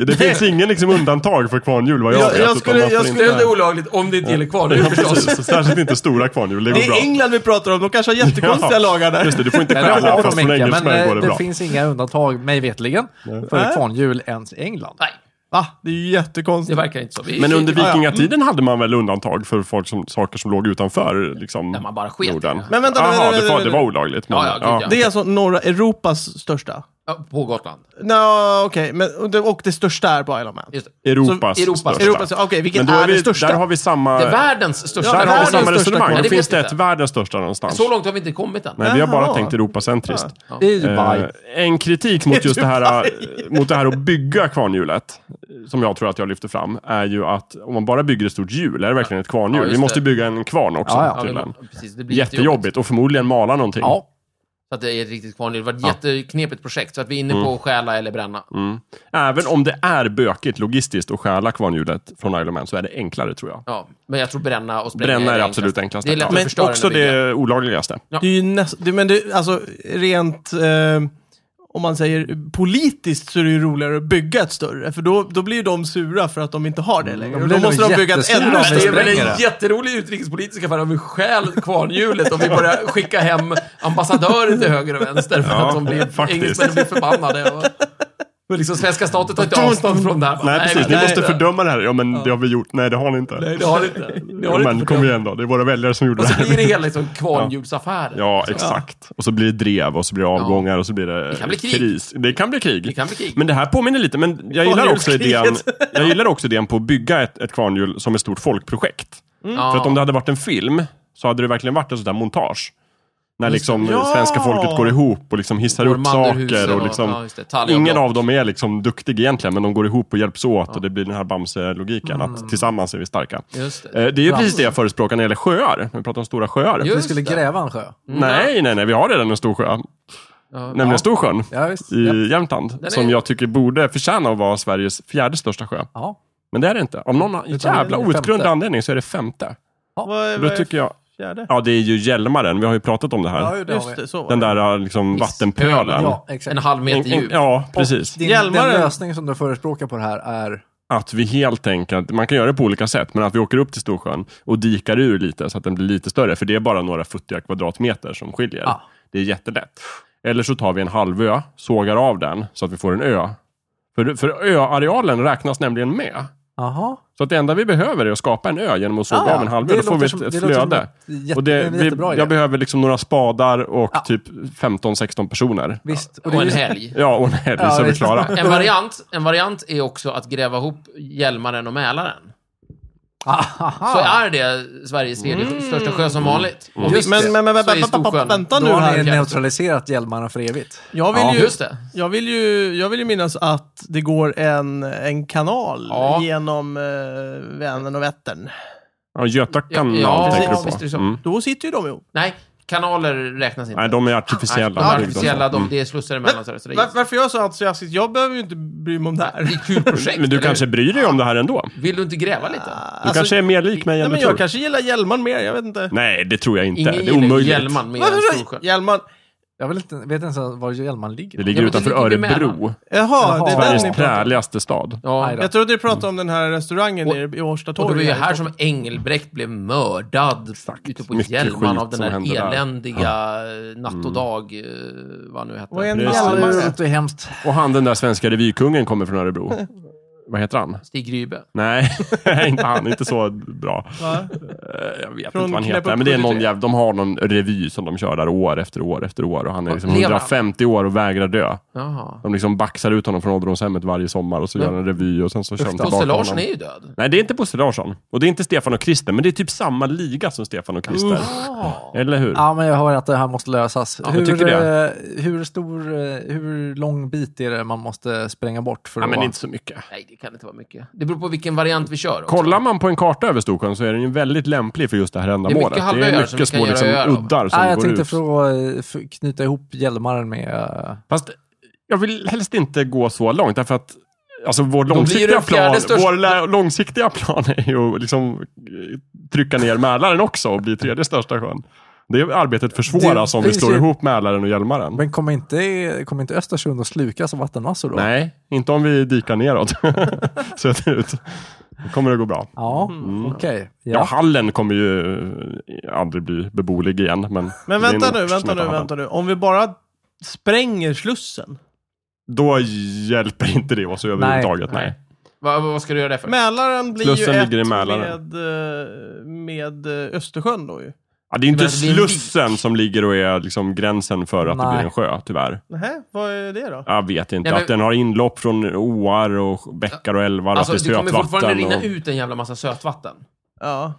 Det finns ingen liksom, undantag för kvarnhjul vad jag,
Jag-
vet.
jag
utan
skulle-
man får
jag
inte-
Det är inte olagligt om det inte gäller kvarnhjul
Ja,
förstås.
precis. Särskilt inte stora kvarnhjul, det går
Det
bra.
är England vi pratar om, de kanske
[LAUGHS]
har jättekonstiga
Ja.
lagar där.
Just det, du får inte
Nej, det
stjäla
har
fast
de
från
inte, men
engelsmän
eh,
går det
det
bra.
finns inga undantag, mig vetligen för
Nej.
kvarnhjul ens i England.
Nej,
Va? Det är ju
det
jättekonstigt.
verkar inte så. Vi,
Men under
vi,
ja.
vikingatiden hade man väl undantag för folk som, saker som låg utanför liksom,
Där man bara sket i
Norden?
det.
Men vänta,
Aha,
vänta, vänta,
det, var,
vänta,
det var olagligt. Men,
Ja, ja, gud, ja.
Det är alltså norra Europas största?
ja, på Gotland.
Nå, okej. men- och det- Och det största är på Isle of Man.
Just det.
Europas,
Så Europas-
största.
Europas, okej, vilket
men då
är,
är vi,
det största?
Där har vi samma,
Det är världens största.
där har vi
världens
samma
största
resonemang.
kvar.
Då
Det
finns
vet
det
jag
ett
inte.
världens största någonstans.
Så långt har vi inte kommit än.
Nej, vi har bara
Jaha.
tänkt europacentriskt.
I Dubai.
Eh, en
[LAUGHS]
kritik mot just det här, eh, mot det här att bygga kvarnhjulet, eh, som jag tror att jag lyfter fram, är ju att om man bara bygger ett stort hjul, är det verkligen ett
Ja,
kvarnhjul?
just
vi måste
det.
bygga en kvarn också.
Ja, ja.
Ja,
tydligen.
det, precis, det blir
Jättejobbigt och förmodligen mala någonting.
Ja.
Så att det är ett riktigt kvarnhjul. Det var ett jätteknepigt projekt. Så att vi är inne på att stjäla eller bränna.
Mm. Även om det är bökigt logistiskt att stjäla kvarnhjulet från Isle of Man så är det enklare tror jag.
Ja, men jag tror bränna och spränga
Bränna är det
det
absolut enklaste.
Det är lätt att
Men
förstöra
också
än att bygga.
det Eh, olagligaste.
Det är ju näst, det, men det, alltså rent, eh, om man säger politiskt så är det ju roligare att bygga ett större. För då, då blir ju de sura för att de inte har det längre.
de
Och
blir
då
nog
måste de bygga ett
jättesura
ännu
när
Men det är
större.
spränger
väl en
det.
jätterolig utrikespolitisk affär om vi stjäl kvarnhjulet och vi börjar skicka hem ambassadörer till höger och vänster för
Ja,
att de blir,
faktiskt.
engelsmännen blir förbannade. Och, och liksom svenska staten tar inte avstånd från det här.
Nej, precis. Ni
nej,
måste
nej.
fördöma det här. Ja, men det har vi gjort. Nej, det har ni inte.
Nej, det har det inte. Det har
Ja,
det
men
inte
kom igen då. Det är våra väljare som gjorde
Och
det
så
här.
blir det hela liksom kvarnhjulsaffären.
[LAUGHS] Ja, exakt. Och så blir det drev och så blir det avgångar och så blir det,
Det kan bli krig.
kris. Det kan bli krig.
Det kan bli krig.
Men det här påminner lite, men jag gillar också idén,
Kvarnhjulskriget.
[LAUGHS] jag gillar också idén på att bygga ett, ett kvarnhjul som ett stort folkprojekt. För att om det hade varit en film så hade det verkligen varit en sån där montage. När liksom
Ja.
svenska folket går ihop och liksom hissar upp saker. Och liksom, ingen av dem är liksom duktig egentligen, men de går ihop och hjälps åt och det blir den här Bamse-logiken, att tillsammans är vi starka.
Just det.
Eh, Det är ju precis det jag förespråkar när det gäller sjöar. Vi pratar om stora sjöar.
Just
Vi skulle
det.
gräva en sjö.
Nej, nej, nej, vi har redan en stor sjö. Nämligen Storsjön
Ja, visst.
i
Ja.
Jämtland.
Den är-
Som jag tycker borde förtjäna att vara Sveriges fjärde största sjö.
Ja.
Men det är det inte. Av någon
Utan
jävla
det är
outgrundlig
femte.
anledning så är det femte.
Vad är,
Då
vad är
tycker jag...
fjärde?
Ja, det är ju Hjälmaren. Vi har ju pratat om det här.
Ja, ju det har
Just
vi.
det, så var
Den
det.
där liksom vattenpölen.
Ja,
En
exakt.
halv meter
En- en-
djup.
Ja, precis.
Din, den
Hjälmaren.
lösning som du förespråkar på det här är...
Att vi helt enkelt, man kan göra det på olika sätt, men att vi åker upp till Storsjön och dikar ur lite så att den blir lite större. För det är bara några futtiga kvadratmeter som skiljer.
Ja.
Det är jättelätt. Eller så tar vi en halvö, sågar av den så att vi får en ö. För, för öarealen räknas nämligen med.
Jaha.
Så att det enda vi behöver är att skapa en ö genom att såga av en halvö. Då får vi ett, ett flöde.
Jätte,
Och det,
en
vi,
jättebra idé.
jag behöver liksom några spadar och
Ja.
typ 15-16 personer.
Visst. Och
Och
det är
en
ju- [LAUGHS]
helg.
Ja, och en helg
Ja,
så är vi
visst.
klara.
En variant, en variant är också att gräva ihop Hjälmaren och Mälaren.
Ah.
Så
Ahaha.
är det Sveriges tredje största sjö som vanligt.
Mm.
Och visst,
Men, Mm. men, men
så
vänta,
är
vänta, vänta,
Storsjön-
vänta
Då
nu
har
här.
ni neutraliserat hjälmarna för evigt.
Jag
Ja,
vill, ju,
just det.
jag, vill ju, jag vill ju minnas att det går en, en kanal
Ja.
genom eh, Vänern och Vättern.
Ja, Göta kanal
ja,
tänker
precis.
Visst är
du
det
på.
så.
Mm.
Då sitter ju de ihop.
Nej, kanaler räknas inte.
Nej, de är
Nej,
artificiella.
de är
byggda så.
artificiella, de,
Mm.
det är slussar emellan. Så det, så det,
Var,
är-
varför jag är så entusiastisk? Jag behöver ju inte bry mig om det här.
det är ett kul projekt.
Men du
eller
kanske
hur?
bryr dig om det här ändå? Du
Vill du inte gräva lite?
Alltså,
kanske är mer lik mig
nej,
än du
men jag
tror?
kanske gillar Hjälman mer, jag vet inte.
Nej, det tror jag inte.
Ingen
det är
gillar ju
omöjligt.
Hjälman med en
Varför
storsjö.
då? Hjälman?
Jag vill inte, vet inte ens var Hjälman ligger.
Det ligger
Ja, men det
utanför
ligger ju
Örebro.
mellan.
Jaha, det är
Jaha.
den ni
Sveriges
pratar om.
präligaste stad.
Ja,
Nej då.
Jag trodde ni pratade om den här restaurangen
Och-
nere i Årsta
Och
torg.
det var ju här
i
som Engelbrekt blev mördad ute på
Mycket skit
Hjälman av den
som hände
där
där. Mm.
eländiga eh, Natt och dag, eh, vad nu hette.
Och en
Precis.
Ja,
Hjälmar.
det är hemskt.
Och han den där svenska revykungen kommer från Örebro. Vad heter han?
Stig Rybe.
[LAUGHS] Nej, inte han. Inte så bra. Eh,
Va?
jag vet
Från
inte vad han
Knäpp
heter,
upp
men det är någon
73.
jäv, de har någon revy som de kör där år efter år efter år och han är
Och
liksom
lever han?
150 år och vägrar dö.
Jaha.
De liksom baxar ut honom från ålderdomshemmet varje sommar och så
Men-
gör en revy och sen så kör de tillbaka
Bosse
honom.
Larsson är ju död.
Nej, det är inte Bosse Larsson. Och det är inte Stefan och Christer, men det är typ samma liga som Stefan och Christer.
Ja.
Eller hur?
Ja, men jag hör att det här måste lösas.
jag
hur,
tycker
eh, hur stor, eh, hur lång bit är det man måste spränga bort för
Nej,
att
men
vara-
inte så mycket.
Nej, det kan inte vara mycket. Det beror på vilken variant vi kör. Också.
Kollar man på en karta över Storsjön så är den ju väldigt lämplig för just det här ändamålet.
mycket halvöar som vi kan
små liksom
göra öar av.
uddar som
Nej, jag
går
tänkte
ut.
för att eh, för- knyta ihop Hjälmaren med... eh,
Fast jag vill helst inte gå så långt, därför att Alltså vår
ju
långsiktiga,
den fjärde
plan,
största-
vår lä- långsiktiga plan är ju att liksom eh, trycka ner Mälaren också och bli tredje största sjön. Det är arbetet försvåras
Det
om vi
finns
slår
ju-
ihop Mälaren och Hjälmaren.
Men kommer inte, kommer inte Östersund att slukas av vattenmassor då?
Nej, inte om vi dikar neråt [LAUGHS] söderut. Då kommer det gå bra.
Ja, okej.
Mm. Ja.
Ja.
hallen kommer ju eh, aldrig bli beboelig igen. Men, det är
Men
en
vänta
ort
nu,
som
vänta
heter
nu,
Hallen.
vänta nu. Om vi bara spränger Slussen.
Då hjälper inte det oss överhuvudtaget. Nej.
Nej. Vad, vad ska du göra det för?
Mälaren blir
Slussen
ju
ligger i
ett
Mälaren.
med, eh, med eh, Östersjön då ju.
Ja, det är inte
Men det är en
Slussen som ligger och är liksom gränsen för att det
Nej.
blir en sjö, tyvärr.
Nähä, vad är det då?
Jag vet inte.
Nej, men-
Att den har inlopp från åar och bäckar och älvar
Alltså,
och att det
det
är
kommer fortfarande
sötvatten.
rinna
Och...
ut en jävla massa sötvatten.
Ja.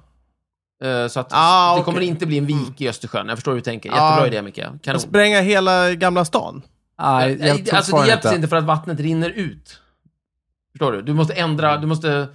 Eh, Så att
Ah,
det
okej.
kommer inte bli en
Mm.
vik i Östersjön. Jag förstår hur du tänker.
Ah.
Jättebra idé, Micke. Kanon.
Att spränga hela Gamla stan?
Nej,
Nej,
jag
det-
tror
alltså, det
fortfarande
hjälps
inte.
inte för att vattnet rinner ut. Förstår du? Du måste ändra, du måste
Mm.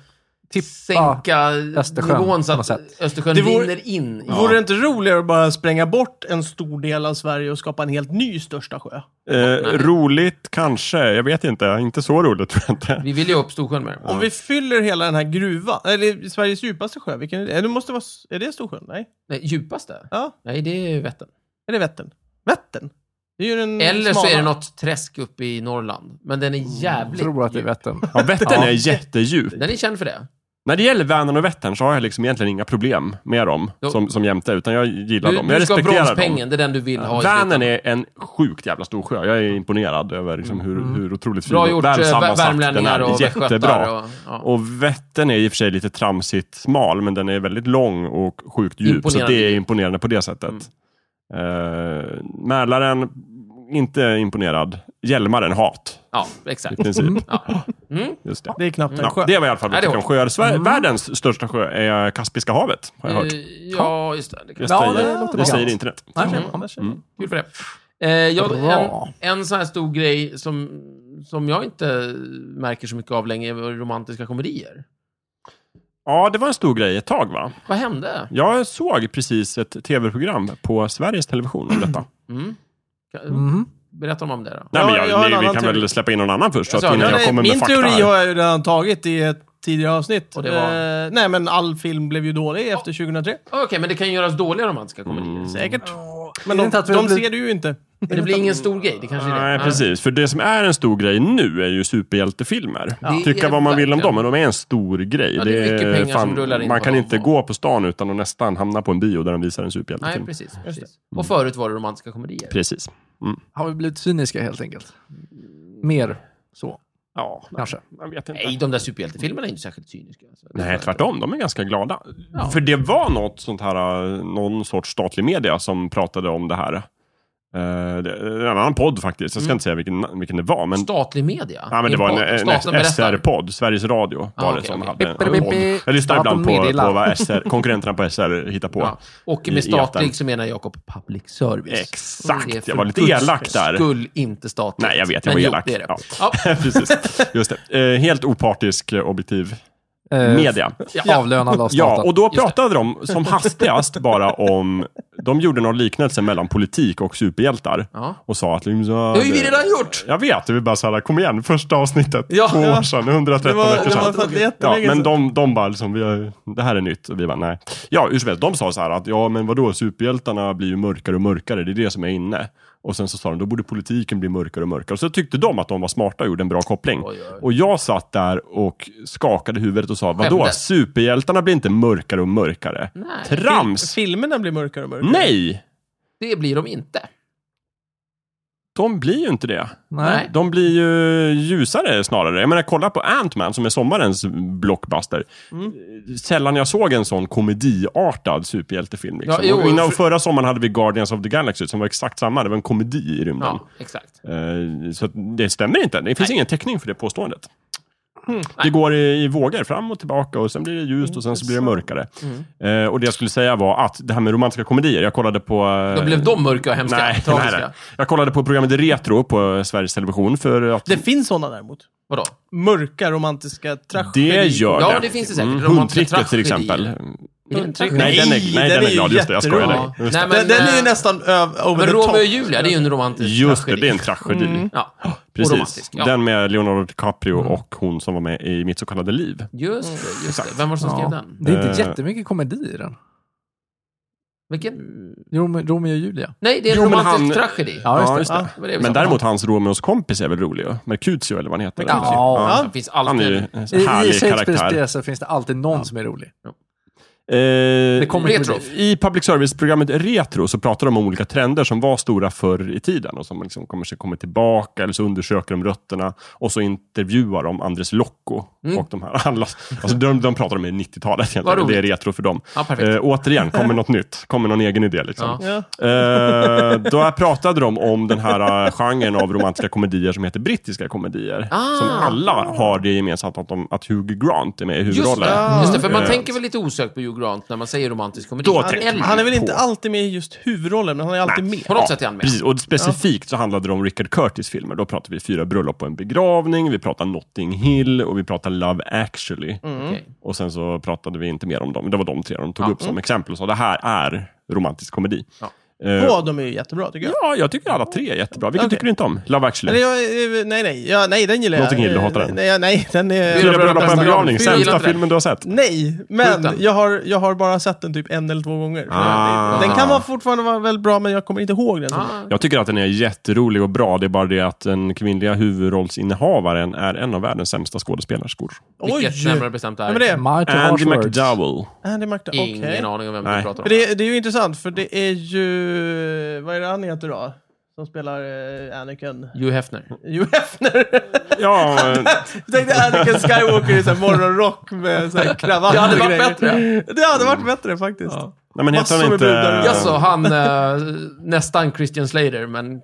Tippa
sänka
Östersjön
nivån så
på något
att
sätt.
Östersjön
Det vore-
rinner in. i-
Vore det inte roligare att bara spränga bort en stor del av Sverige och skapa en helt ny största sjö?
Eh, roligt kanske. Jag vet inte. Inte så roligt [LAUGHS] tror jag inte.
Vi vill ju upp Storsjön med det.
Om vi fyller hela den här gruvan, eller Sveriges djupaste sjö, vilken är det? Eh, det? Måste vara, s- är det Storsjön? Nej?
Nej, djupaste?
Ja,
Nej, det är Vättern.
är det Vättern? Vättern? Det är ju den
Mm,
Eller så
smala.
är det något träsk uppe i Norrland. Men den är jävligt
tror att det är
djup.
Vättern.
Ja, Vättern är jättedjup.
Den är känd för det.
När det gäller Vänern och Vättern så har jag liksom egentligen inga problem med dem
Jo.
som, som jämte, utan jag gillar
Du,
dem. Jag
du ska ha
respekterar dem.
bronspengen, det är den du vill ha. i
Vänern
slutändan.
är en sjukt jävla stor sjö. Jag är imponerad över liksom hur, hur otroligt fin
Mm, Bra
och
gjort,
väl
eh, vä-
sammansatt den
värmlänningar
är.
och
Jättebra.
västgötar. Och, ja.
Och Vättern är i och för sig lite tramsigt smal, men den är väldigt lång och sjukt djup. Så
Imponerande.
det är imponerande på det sättet. Eh, Mälaren, inte imponerad. Hjälmaren, hat.
ja, exakt.
I princip.
Ja. Mm.
Just det.
Det är knappt en sjö.
Ja, det var i alla fall vad
Ja,
jag
det
tycker om sjöar. Sver- Världens största sjö är Kaspiska havet, har jag hört.
Eh, Ja, just det. det kan...
Det Mm.
Ja,
säger,
det
det
låter
säger
bekant.
internet.
Nej,
Kul för det. Eh, jag, en,
Bra.
en sån här stor grej som, som jag inte märker så mycket av längre är romantiska komedier.
Ja, det var en stor grej ett tag va?
Vad hände?
Jag såg precis ett tv-program på Sveriges Television om detta.
Mm. Kan-
Mhm.
Berätta om det då.
Nej, men
Ja, jag har
jag,
en
ni, vi
annan
kan
teori.
väl släppa in någon annan först, så att
Jag sa-
innan
Ja,
jag
nej,
kommer med
min
fakta.
teori
här.
har jag ju redan tagit i ett tidigare avsnitt.
Och det var?
Eh, nej, men all film blev ju dålig efter 2003.
Okej, men det kan göras dåliga romantiska komedier.
Mm.
Säkert.
Är
Men
det
de,
inte att vi
de
har blivit-
ser du ju inte.
Men det blir ingen stor grej. Det kanske är det.
Nej, precis. För det som är en stor grej nu är ju superhjältefilmer.
Det
Tycka
är
vad man vill om dem,
verkligen.
men de är en stor grej.
Ja, det är mycket pengar som rullar in
man
på
kan
dem.
inte gå på stan utan att nästan hamna på en bio där de visar en
Nej,
superhjältefilm.
precis. precis. Och förut var det romantiska komedier.
precis. Mm.
Har vi blivit cyniska helt enkelt? Mer så,
Ja,
kanske.
jag vet inte.
Nej, de där superhjältefilmerna är inte särskilt cyniska. Alltså.
Nej, tvärtom. De är ganska glada. För det var något sånt här, eh, någon sorts statlig media som pratade om det här. Eh, det- En annan podd faktiskt.
Mm.
Jag ska inte säga vilken, vilken det var. Men,
Statlig media?
ja, men det
Din
var
podd.
en,
Staten
en
berättar.
SR-podd. Sveriges Radio var
Ah,
det
okej,
som
okej.
hade en
Bip, bip,
podd.
bip.
Jag lyssnar ibland på,
Staten meddelar.
på vad SR, konkurrenterna på SR hittar på.
Ja. Och
i
med statlig
etern.
så menar Jakob public service. Mm, Det är
Exakt,
för
jag var lite
guds
elak där.
skull inte statligt.
Nej, jag vet. Jag var
Men
elak.
Jo, det är det.
Ja.
Ja.
[LAUGHS] Precis, just det. Eh, Helt opartisk, eh, objektiv
Eh,
media.
f- Avlönande av
Ja,
staten.
och då
det.
pratade de som hastigast bara om... De gjorde någon liknelse mellan politik och superhjältar.
Ja.
Och sa att... Liksom, så,
Det har ju vi redan gjort!
Jag vet, vi bara såhär, kom igen, första avsnittet,
Ja,
två
ja.
år sedan,
Det
113
var,
veckor
det var
sedan.
för att det är
Ja,
jättelänge
men
sedan.
de, de bara liksom, vi har, det här är nytt. Och vi bara, nej. Ja, hur som helst, de sa så här att, ja men vadå, superhjältarna blir ju mörkare och mörkare, det är det som är inne. Och sen så sa de, då borde politiken bli mörkare och mörkare. Och så tyckte de att de var smarta och gjorde en bra koppling.
Oj, oj.
Och jag satt där och skakade huvudet och sa, vadå,
Skämdes.
superhjältarna blir inte mörkare och mörkare.
Nej,
Trams!
Filmerna blir mörkare och mörkare.
Nej!
det blir de inte.
De blir ju inte det.
Nej.
De blir ju ljusare snarare. Jag menar, kolla på Ant-Man som är sommarens blockbuster.
Mm.
Sällan jag såg en sån komediartad superhjältefilm. Liksom.
Ja, jo,
Och Innan
för-
förra sommaren hade vi Guardians of the Galaxy som var exakt samma. Det var en komedi i rymden.
Ja, exakt.
Eh, Så att det stämmer inte. Det finns ingen täckning för det påståendet.
Mm,
Det går i, i vågor fram och tillbaka och sen blir det ljust och sen så blir
Mm.
det mörkare. Eh, och det jag skulle säga var att det här med romantiska komedier, jag kollade på... eh,
Då blev de mörka och hemska.
Nej, nej,
tragiska.
nej. Jag kollade på programmet Retro på Sveriges Television för att...
Det finns sådana däremot.
Vadå?
Mörka romantiska tragedier.
Det gör
Ja,
det.
det finns det säkert. Romantiska
Hundtricket till exempel.
tragedier. Mm,
Nej,
Nej, den är, nej, den är
ju
glad. Just det, jag skojar.
jätterolig.
dig. Just,
Nej,
det.
men,
den, den är ju
eh,
nästan öv, over
Men
the top.
Romeo och Julia, det är ju en romantisk
Just det,
tragedi.
det är en tragedi.
Ja, och
Precis.
romantisk. Ja.
Den med Leonardo DiCaprio och hon som var med i Mitt så kallade liv.
Just det, just det. Vem var det som skrev
Ja.
den?
Det är inte
Eh.
jättemycket komedi i den.
Vilken?
Rom- Romeo och Julia.
Nej, det är en
Jo, men
romantisk
han-
tragedi.
Ja, just det.
Det var det vi sa.
Men däremot hans Romeos kompis är väl rolig? ju. Mercutio eller vad han heter.
Mercutio.
Ja.
Det finns
Han är ju
alltid...
en
I, I
härlig
Shakespeares
karaktär.
pjäser finns det alltid någon som är rolig.
Eh,
Det kommer
Retro.
komedi.
I public service-programmet Retro så pratar de om olika trender som var stora förr i tiden och som liksom kommer, sig- kommer tillbaka eller så undersöker de rötterna och så intervjuar de Andres Locco
Mm.
och de här [LAUGHS] alla. Alltså de, de pratar om i 90-talet egentligen. Det är
roligt.
retro för dem.
Ja, perfekt.
Eh, återigen,
[LAUGHS]
kommer något nytt. Kommer någon egen idé liksom.
Ja.
Ja.
Eh, då här pratade de om den här eh, genren av romantiska komedier som heter brittiska komedier.
Ah.
Som alla har det gemensamt att, de, att Hugh Grant är med i
Just
huvudrollen.
det,
Mm.
just det, för man
Eh,
tänker väl lite osökt på Hugh Grant när man säger romantisk komedi.
Då
Han
tänker
äldre.
man.
Han är väl inte
på.
alltid med i just huvudrollen, men han är alltid med.
På något sätt är han med.
Precis, och specifikt så handlade det om Richard Curtis filmer. Då pratar vi fyra bröllop och en begravning, vi pratar Notting Hill och vi pratar Love actually.
Mm.
Okej.
Och sen så pratade vi inte mer om dem, men det var de tre de tog upp som exempel och sa det här är romantisk komedi.
mm. Ja.
Eh,
Båda de är ju jättebra tycker jag.
ja, jag tycker alla tre är jättebra. Vilken
Okej.
tycker du inte om? Love
Eller
actually?
jag, eh, nej, nej. Ja, nej, den gillar jag.
Notting Hill, du
Eh,
hatar
nej,
den.
Nej, nej, den är...
Fyra
Fyra bröllop och en begravning,
Fyra gillar
sämsta
inte det.
filmen du har sett.
Nej,
Skjuten.
men jag har, jag har bara sett den typ en eller två gånger.
Ah.
Den kan vara fortfarande vara väldigt bra, men jag kommer inte ihåg den.
Ah.
Jag tycker att den är jätterolig och bra, det är bara det att den kvinnliga huvudrollsinnehavaren är en av världens sämsta skådespelerskor.
Vilket närmare bestämt
Ja,
är.
men det är
Mighty Harsh
Andy
Words.
McDowell.
Andy McDowell. Okej.
Ingen aning om vem du
Nej.
pratar om.
För det, det är ju intressant, för det är ju... Vad är det han heter då? Som spelar eh, Anakin?
Hugh Hefner.
Hugh Hefner.
Ja,
[LAUGHS]
eh,
Jag tänkte Anakin Skywalker i sån här morgonrock med sån här kravatt
Det hade
och
varit
grejer.
bättre.
Det hade varit bättre faktiskt.
nej, men heter
Massor
han
med
inte...
brudar.
Jaså, han eh, nästan Christian Slater, men...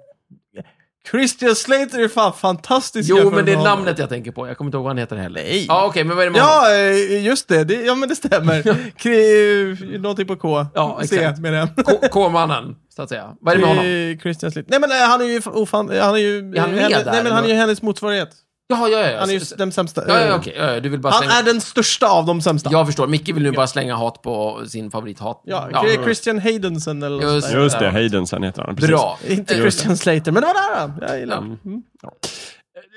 Christian Slater är fan fantastisk
Jo,
jämfört
men det
med
är
honom.
namnet jag tänker på. Jag kommer inte ihåg vad han heter heller.
Nej.
Ja, okej, men vad är det man...
Ja, eh, just det. det. Ja, men det stämmer. Kri- någonting på K.
Ja,
C
exakt.
med den.
K- K-mannen, så att säga. Vad är det med honom?
Eh, Christian Slater. Nej, men eh, han är ju... Ofan, han är ju...
Är han med
henne,
där,
Nej, men han är ju
eller?
hennes motsvarighet.
Jaha, ja, ja, ja.
Han är ju
S-
den sämsta. Eh,
Ja, ja, okej. Ja, ja, du vill bara
Han
slänga...
är den största av de sämsta.
Jag förstår. Micke vill nu bara slänga hat på sin favorithat.
Ja, Kri- Christian Haydensen eller något
Just
sånt där.
Just det, Haydensen heter han. Precis.
Bra. Eh,
Inte Christian Slater, men det var där han. Jag gillar honom.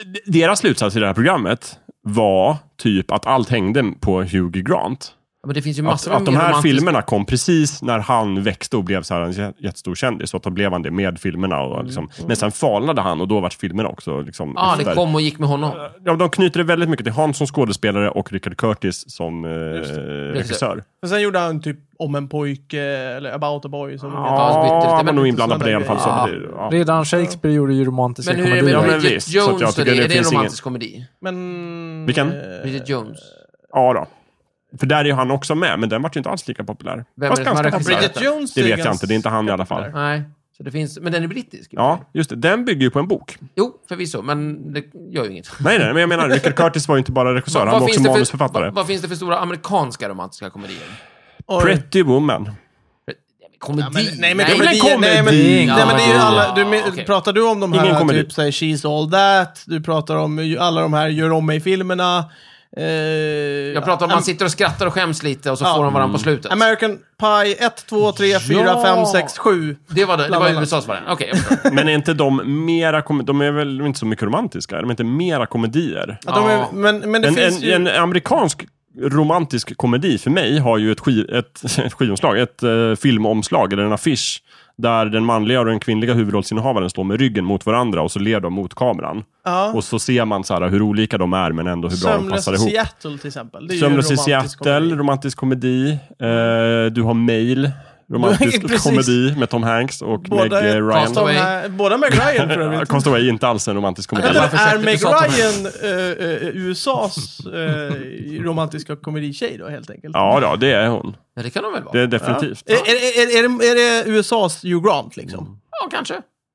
D- Deras slutsats i det här programmet var typ att allt hängde på Hugh Grant.
Ja, Men det finns ju
Att,
massor
att de
mer
här
romantisk-
filmerna kom precis när han växte och blev så här en jä- jättestor kändis. Så att då blev han det med filmerna. Och liksom. Men sen falnade han och då vart filmerna också... Liksom
Ja,
efter.
Mm. Ah, det kom och gick med honom.
Ja, de knyter det väldigt mycket till han som skådespelare och Richard Curtis som eh, regissör.
Och sen gjorde han typ Om en pojke, eller About a boy. Som
Ja, han bytte lite,
Ja, han var
men
nog
lite
inblandad på det i alla fall. Så
sådana
det, ja.
Redan Shakespeare gjorde ju romantiska
Men hur är det med
Ja,
komedier.
men
Bridget
visst, så att jag
Jones
tycker
och det?
det
Är det en
finns Eh.
romantisk komedi?
Men... eh,
Vilken?
Bridget Jones.
Ja, då. För där är ju han också med, men den vart ju inte alls lika populär.
Vem
Fast
är det som har
ganska
regisserat
populär.
Bridget
den?
Jones
Det
är
vet jag
ganska-
inte, det är inte han i alla fall.
Nej. Så det finns... Men den är brittisk.
Ja, just det. Den bygger ju på en bok.
Jo, förvisso, men det gör ju inget.
Nej, nej, men jag menar,
[LAUGHS]
Richard Curtis var ju inte bara regissör, han var också
det för-
manusförfattare.
vad- Vad finns det för stora amerikanska romantiska komedier?
Oj.
Pretty Woman.
Komedi?
Ja, men, nej, men
Det är väl en
komedi- Nej, men,
komedi?
nej, men det är ju alla, du,
Ja, okej.
men, pratar du om de
Ingen
här
komedi.
typ så här, She's All That, du pratar om ju alla de här Gör om mig-filmerna. Eh,
Jag pratar om
Am-
man sitter och skrattar och skäms lite och så
Ja.
får de varandra på slutet.
American Pie 1, 2, 3, 4, 5, 6, 7.
Det var, det, det
Bland
var
annat.
USAs variant. Okej, jag förstår.
Men är inte de mera... kom- De är väl inte så mycket romantiska? Är de inte mera komedier?
Att de
Ja.
är, men, men det
En,
finns
en,
ju...
en amerikansk romantisk komedi för mig har ju ett, skiv, ett, [LAUGHS] ett skivomslag, ett eh, filmomslag eller en affisch där den manliga och den kvinnliga huvudrollsinnehavaren står med ryggen mot varandra och så ler de mot kameran.
ja.
Och så ser man så här hur olika de är men ändå hur bra de
Sömnlös
passar
i
ihop.
Seattle till exempel. Det är ju
Sömnlös i
romantisk
Seattle,
komedi.
romantisk komedi. Eh, du har Mail,
[LAUGHS]
romantisk
Precis.
komedi med Tom Hanks och
Båda,
Meg eh,
är-
Ryan.
Castaway.
Båda- båda Meg Ryan för
[LAUGHS]
övrigt.
Cast Away är inte alls en romantisk komedi.
Vänta,
varför
är
försökte du
Meg
sa Tom
Ryan eh, eh, USAs eh, romantiska komeditjej då, helt enkelt?
Ja, då, det är hon.
Ja, det kan de väl vara?
Det Mm. är
Ja.
definitivt.
Är, är, är, är, det, är det USAs Hugh Grant, liksom?
Ja, kanske.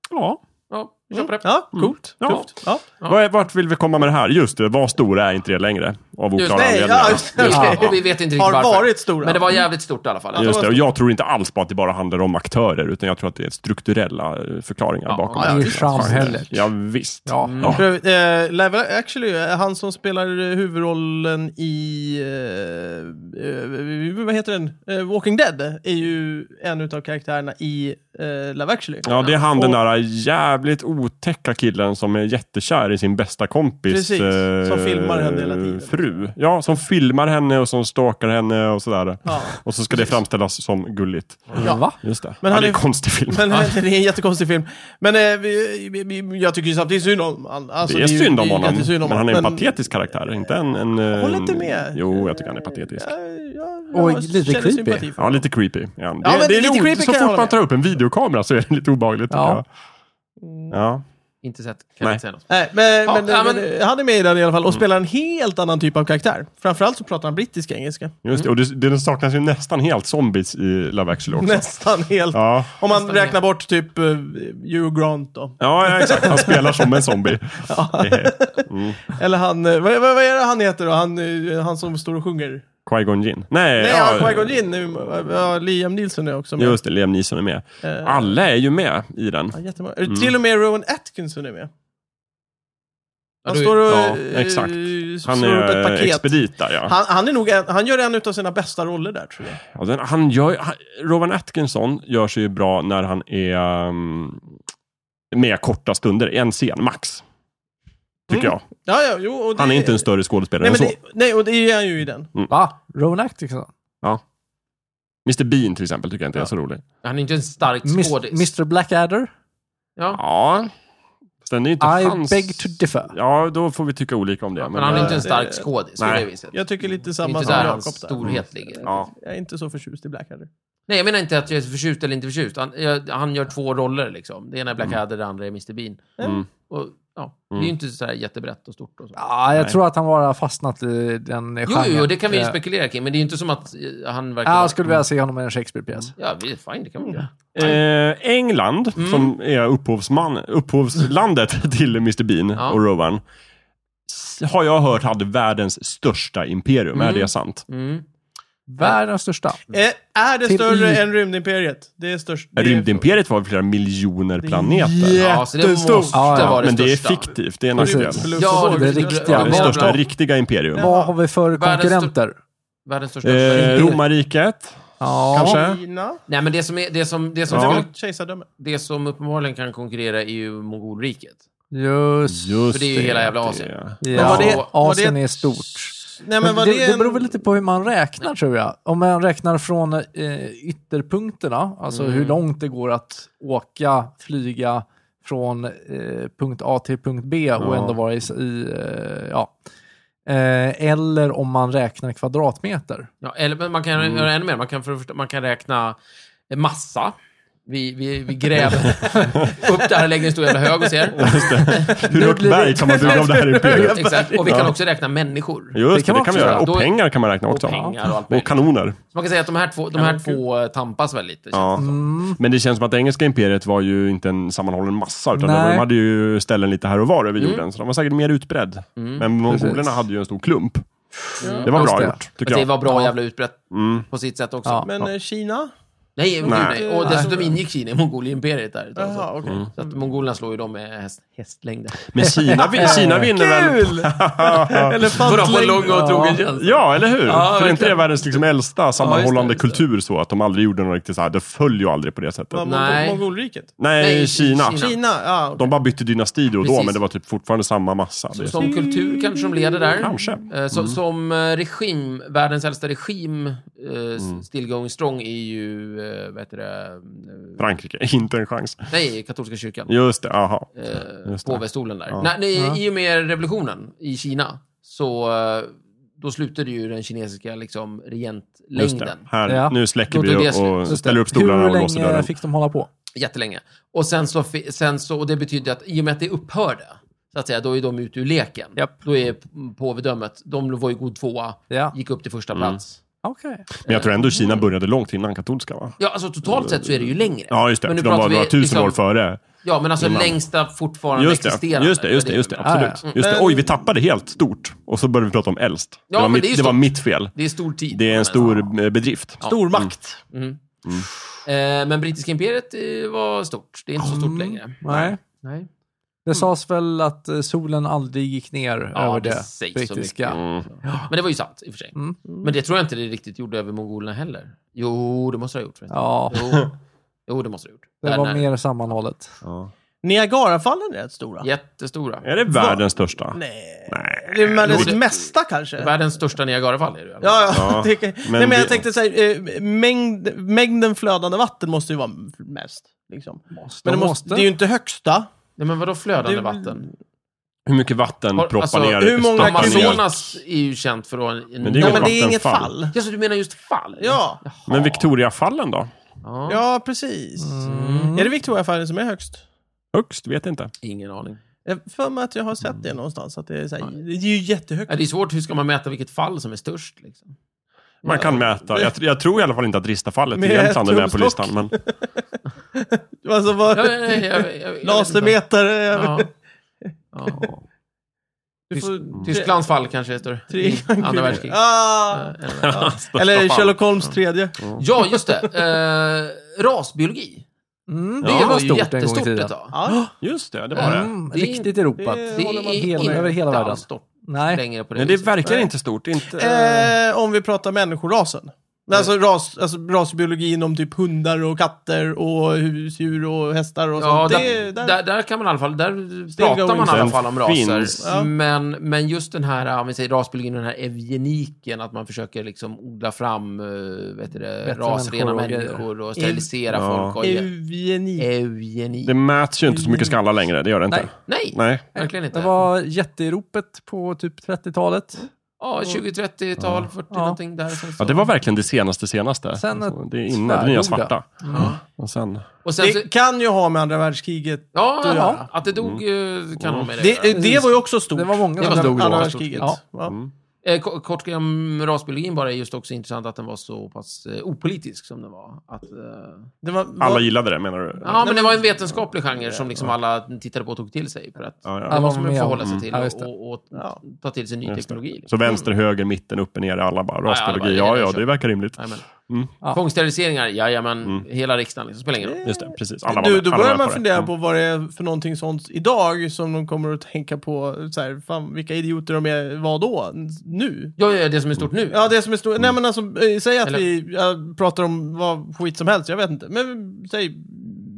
Ja.
Ja, vi kör på det.
Ja, coolt.
Mm. Ja.
Tufft. Ja.
Ja.
Vad är- Vart vill vi komma med det här? Just det, var stora är inte det längre. Av oklara
Just
Nej,
anledningar.
ja,
just
just
Just det,
det.
och vi vet inte riktigt
Har
varför.
varit stora.
Men det var jävligt stort i alla fall.
det.
Ja.
Och jag tror inte alls på att det bara handlar om aktörer, utan jag tror att det är strukturella eh, förklaringar
Ja,
bakom
ja, Mm.
det.
I samhället.
Ja, visst.
Ja.
Ja.
För övrigt, eh, Live Actually, eh, han som spelar eh, huvudrollen i... Eh, eh, vad heter den? Eh, Walking Dead är ju en utav karaktärerna i eh, Live Actually.
Ja, det är han den där jävligt otäcka killen som är jättekär i sin bästa kompis eh,
Precis, som filmar henne hela tiden.
fru. Ja, som filmar henne och som stalkar henne och sådär.
Ja.
Och så ska det framställas som gulligt.
Va?
Just det.
Men
ja,
han
det är en
är-
konstig film.
Men eh, [LAUGHS] det är en jättekonstig film. Men eh, vi, vi, vi, jag tycker ju samtidigt synd om han. Alltså,
det är
ju-
synd om
det är ju
honom,
jättesynd om
men han är en
honom.
patetisk karaktär, inte en... en
Håller
en-
inte med.
Jo, jag tycker han är patetisk.
Ja, eh, ja,
Och
jag
lite
känner
creepy.
sympati för
Ja,
honom.
lite creepy är han.
Ja, men
det är
lite
o-
creepy
så
kan jag
fort
hålla
man
med.
tar upp en videokamera så är det lite obehagligt.
Ja.
Ja. Ja.
Inte sett, kan
Nej.
jag inte säga något.
Nej, men,
Ja,
men,
ja, men-
men han är med i den i alla fall och
Mm.
spelar en helt annan typ av karaktär. Framförallt så pratar han brittisk engelska. [LAUGHS]
Just det, och det, det saknas ju nästan helt zombies i Love actually också.
Nästan helt.
Ja.
Om man
Nästan
räknar bort typ eh, Hugh Grant då.
Ja, ja, exakt. Han spelar som en zombie. Eh,
Eller han, eh, vad, vad, vad är det han heter då? Han, eh, han som står och sjunger.
Qui-Gon Jinn.
Nej,
Nej, Eh, ja,
ja, Qui-Gon Jinn. eh, ja, Liam Neeson är också med.
Just Ah. det, Liam Neeson är med.
Eh,
Alla är ju med i den.
ja, jättemånga.
Mm.
Till och med Rowan Atkinson är med.
Ja,
Han
du-
står och
ja,
eh,
exakt. Han
slår upp ett
är eh,
paket.
expedit där, ja.
Han, han, är nog en, han gör en av sina bästa roller där tror jag.
Ja, den, han gör, han, Rowan Atkinson gör sig ju bra när han är um, med korta stunder, en scen max. Tycker jag.
Ja, ja, jo, och det,
Han är inte en större skådespelare
Mm. nej,
än
men
så.
det, nej, och det är han ju i den.
Va? Rowan Atkinson?
Mr Bean till exempel tycker jag inte är så rolig.
Han är inte en stark
Mis-
skådis.
Mr Blackadder?
Ja.
Ja, fast den är ju inte
I
hans...
beg to differ.
Ja, då får vi tycka olika om det.
Men han är
eh,
inte en stark
det-
skådis på
Nej.
det viset.
Jag tycker lite
Det är
samma
inte
som
där
Jakob
hans
där. Mm.
storhet ligger.
Ja.
Jag är inte så förtjust i Blackadder.
Nej, jag menar inte att jag är förtjust eller inte förtjust. Han, jag, han gör två roller liksom. Det ena är Blackadder, det andra är Mr Bean.
Mm.
Och, ja, det är ju inte sådär jättebrett och stort och så.
Ja, jag tror att han bara har fastnat i den genren.
Jo, jo, jo, det kan vi ju
Eh,
spekulera kring, men det är ju inte som att eh, han verkar...
Ja,
vara-
jag skulle vilja se honom i en Shakespeare-pjäs.
Ja, vi- fine, det kan vi göra.
Eh, England,
Mm.
som är upphovsman, upphovslandet [LAUGHS] till Mr Bean
Ja.
och Rowan, s- har jag hört hade världens största imperium. Är det sant?
Mm.
Världens största.
Eh, är det
Till
större
i-
än rymdimperiet? Det är störst. det är-
Rymdimperiet var väl flera miljoner planeter.
Jättestort.
Ja, så det måste
Ja, ja.
vara det
Men det är
största.
fiktivt, det är nationellt.
Precis.
Ja,
Det
det
är
är
riktiga.
Det
Ja,
största
bra.
riktiga imperium.
Vad har vi för
Världens
konkurrenter?
Världens största.
Eh, Romarriket,
Ja.
kanske?
Kina?
Nej, men det som, är, det, som, det, som
Ja.
skulle,
Kejsardöme?
det som uppenbarligen kan konkurrera är ju mongolriket.
Just
Just
För det är ju hela jävla Asien.
[LAUGHS] det.
ja.
var det- var
Asien
det-
är stort.
Nej, men
Men
var
det,
det,
det
en-
beror väl lite på hur man räknar tror jag. Om man räknar från eh, ytterpunkterna, alltså hur långt det går att åka, flyga från eh, punkt A till punkt B och
Ja.
ändå vara i, s- i eh, ja. Eh, eller om man räknar kvadratmeter.
Ja, eller men man kan
Mm.
göra ännu mer. Man kan, för, det första- man kan räkna massa. Vi, vi, vi gräver
[LAUGHS]
upp det här och lägger en stor jävla hög hos er.
Hur högt
blir det-
berg kan man bygga av det
[LAUGHS]
här imperiet?
Exakt. Och vi kan också räkna människor.
Just det,
kan
det
man
kan
också
vi göra.
göra.
Och
Då-
pengar kan man räkna
Och
också.
pengar och allt
Och
möjligt. Så
kanoner.
man kan säga att de här två, de här två eh, tampas väldigt.
Ja.
Mm.
Men det känns som att det engelska imperiet var ju inte en sammanhållen massa, utan
Nej.
de hade ju ställen lite här och var
Mm.
över jorden, så de var säkert mer utbredd. Men mongolerna
Precis.
hade ju en stor klump. Det var
Just
bra
det.
gjort, tycker
Och det
jag.
var bra jävla utbrett
Mm.
på sitt sätt också.
Ja.
Men eh, Kina?
Nej, nej.
Nej. Mm.
nej. Och dessutom ingick Kina i Mongolimperiet där. ett tag, så.
Jaha, okej.
Så att mongolerna slår ju dem med häst, hästlängder.
Men Kina,
[LAUGHS]
vin- Kina vinner väl... [LAUGHS]
Kul!
Bara på en
Elefantlängd.
lång och trogen tjänst.
Ja, eller hur? För är inte det
alltså. verkligen.
världens liksom äldsta sammanhållande
just det.
kultur så? Att de aldrig gjorde något riktigt så här. Det föll ju aldrig på det sättet.
Vad,
Nej.
Mongol- Mongolriket?
Nej,
Nej,
Kina.
Kina.
Kina? Ja, okej.
De bara bytte dynasti då och då,
Precis.
men det var typ fortfarande samma massa. Det är så-
Som kultur kanske de leder där.
Kanske. Mm.
Eh, Så, Som eh, regim, världens äldsta regim, eh, s-
Mm.
still going strong, är ju, eh, vad heter det, eh,
Frankrike, [LAUGHS] inte en chans.
nej, katolska kyrkan.
Just det, aha.
eh,
Just det.
påvestolen där.
Ja.
Nej, nej, I och med revolutionen i Kina så eh, då slutade ju den kinesiska liksom,
Just det.
regentlängden.
Här,
Ja.
Nu släcker
Då
vi
tog det
och,
slut.
och
Just
ställer
det.
upp stolarna och låser
Hur länge
dörren.
fick de hålla på?
Jättelänge. Och sen så, fi- sen så, och det betyder att i och med att det upphörde, så att säga, då är de ute ur leken.
Japp.
Då är påvedömet, de var ju god tvåa,
Ja.
gick upp till första
Mm.
plats.
Okej.
Men jag tror ändå Kina började långt innan katolska va?
Ja, alltså totalt sett så är det ju längre.
Ja, just det.
Men nu
För de
pratar
var
vi
några tusen
liksom-
år före.
Ja, men alltså
Innan.
längsta fortfarande
Just det,
existerande.
just det, just det, just det.
Ja,
absolut.
ja.
Just det.
Men-
Oj, vi tappade helt stort. Och så började vi prata om äldst.
Ja,
det, var
men
mitt,
det är ju
det, var
stort.
mitt fel.
Det är stor tid.
Det är en stor eh, bedrift.
Stor makt.
Mm. Eh, men brittiska imperiet eh, var stort. Det är inte så
Mm.
stort längre.
Mm. Nej.
Nej.
Det sades väl att eh, solen aldrig gick ner
Mm. Ja,
över
det
det
sägs så
brittiska.
Mm.
Men det var ju sant i och för sig.
Mm.
Men det tror jag inte det riktigt gjorde över mongolerna heller. Jo, det måste det ha gjort. förresten.
Ja,
Jo. jo, det måste det ha gjort.
det
Där
var
när-
mer sammanhållet.
Niagarafallen är rätt stora.
Jättestora.
Är det världens största?
Nej. Det är världens
Jo, det-
mesta kanske. Ja,
Världens största Niagarafall är det ju.
ja.
Ja,
det kan-
men
Nej, men
vi-
jag tänkte så här, eh, mängd, mängden flödande vatten måste ju vara mest. Liksom.
Måste.
Men det, måste, det är ju inte högsta.
Nej, men vadå flödande
Det-
vatten?
Hur mycket vatten
Har-
proppar
alltså,
ner?
hur många
stoppar ner?
Amazonas är ju känt för att ha en...
Men det är
Ja,
inget
men det är inget
vattenfall.
fall.
Ja, så du menar just fall?
Ja,
Men Victoriafallen då?
Ja.
ja precis.
Mm.
Är det Victoriafallen som är högst?
Högst? Vet inte.
Ingen aning.
Jag har för mig att jag har
Mm.
sett det någonstans. Att det, är så här, det är ju jättehögt.
Ja, det är svårt, hur ska man mäta vilket fall som är störst? Liksom?
Man kan mäta. Jag, jag tror i alla fall inte att Ristafallet i
Med
Jämtland är med på
tumstock.
listan. Men
Alltså, vad,
Ja, ja, ja, ja, ja, ja, ja.
lasermeter.
Ja.
[LAUGHS]
Ja.
Ja.
Du får,
Tysk- Tysklands fall kanske är större.
Tre,
I Andra världskriget.
Ah,
Eh, eller-
ja.
[LAUGHS] Största
Eller
fall.
Sherlock Holmes tredje.
Ja, just det. Eh, rasbiologi.
Mm,
Det var ju jättestort ett tag.
Ja.
Just det, det var det.
Mm,
Det är-
riktigt Europa.
det-
Det
håller man
är
på
inte
med.
Över hela världen.
alls stort
Nej.
längre på det
Men det är
viset.
verkligen
Nej.
inte stort. Inte...
Eh, om vi pratar människorasen. Men Alltså, ras, alltså rasbiologi inom typ hundar och katter och husdjur och hästar och
Ja,
sånt.
där,
Det,
där,
där,
där, kan man i alla fall, där pratar man i
going.
alla
Den
fall om raser.
finns.
Ja.
Men, men just den här, om vi säger rasbiologin, och den här eugeniken, att man försöker liksom odla fram eh, vet du det,
Bättre
rasrena
människor och grejer.
människor och sterilisera
Ja.
folk. Och ge- Eh,
Eugenik.
eugenik.
Det mäts ju inte så mycket skallar längre. Det gör det inte.
Nej.
Nej,
Nej.
verkligen inte.
Det var jätteeuropet på typ 30-talet.
Ja, 20-30-tal, 40
Ja.
någonting där. Sen så.
Ja, det var verkligen det senaste senaste.
Sen
Alltså,
ett
det är innan, det nya
tvärgoda.
svarta.
Ja.
Och sen,
Och sen så,
Det kan ju ha med andra världskriget
ja,
att
ja,
göra.
att det dog eh, kan ha med det, att
Det,
göra.
det var ju också stort.
Det var många
Det
som
var
dog
Andra
då.
världskriget.
Ja.
Ja.
mm.
Eh, ko- Kort om rasbiologin bara är just också intressant att den var så pass eh, opolitisk som den var. Att, eh,
Det var, var,
Alla gillade det menar du?
Ja, men det var en vetenskaplig genre som liksom alla tittade på och tog till sig. För att
Ja, ja.
Det
Alla
måste
var
man ju
med om.
förhålla sig till
Ja, just det.
och, och
Ja.
ta till sig ny
Just det.
teknologi. Liksom.
Så vänster, höger, mitten, uppe, ner, alla bara
Ja, ja, alla bara,
rasbiologi.
det är
Ja,
det
ja,
jag
det verkar rimligt.
Jajamän.
Mm.
Ja.
Tvångssteriliseringar, jajamän. Hela riksdagen, liksom. spelar ingen roll.
Just det, precis. Alla var
du,
med.
då
alla
börjar
var med
man
det.
fundera
Mm.
på vad det är för någonting sånt idag som de kommer att tänka på. Så här, fan, vilka idioter de är, vad då? Nu?
Ja, ja, det som är stort nu.
Ja, det som är stort. Nej, men alltså, eh, säg att
Eller-
vi ja, pratar om vad skit som helst, jag vet inte. Men säg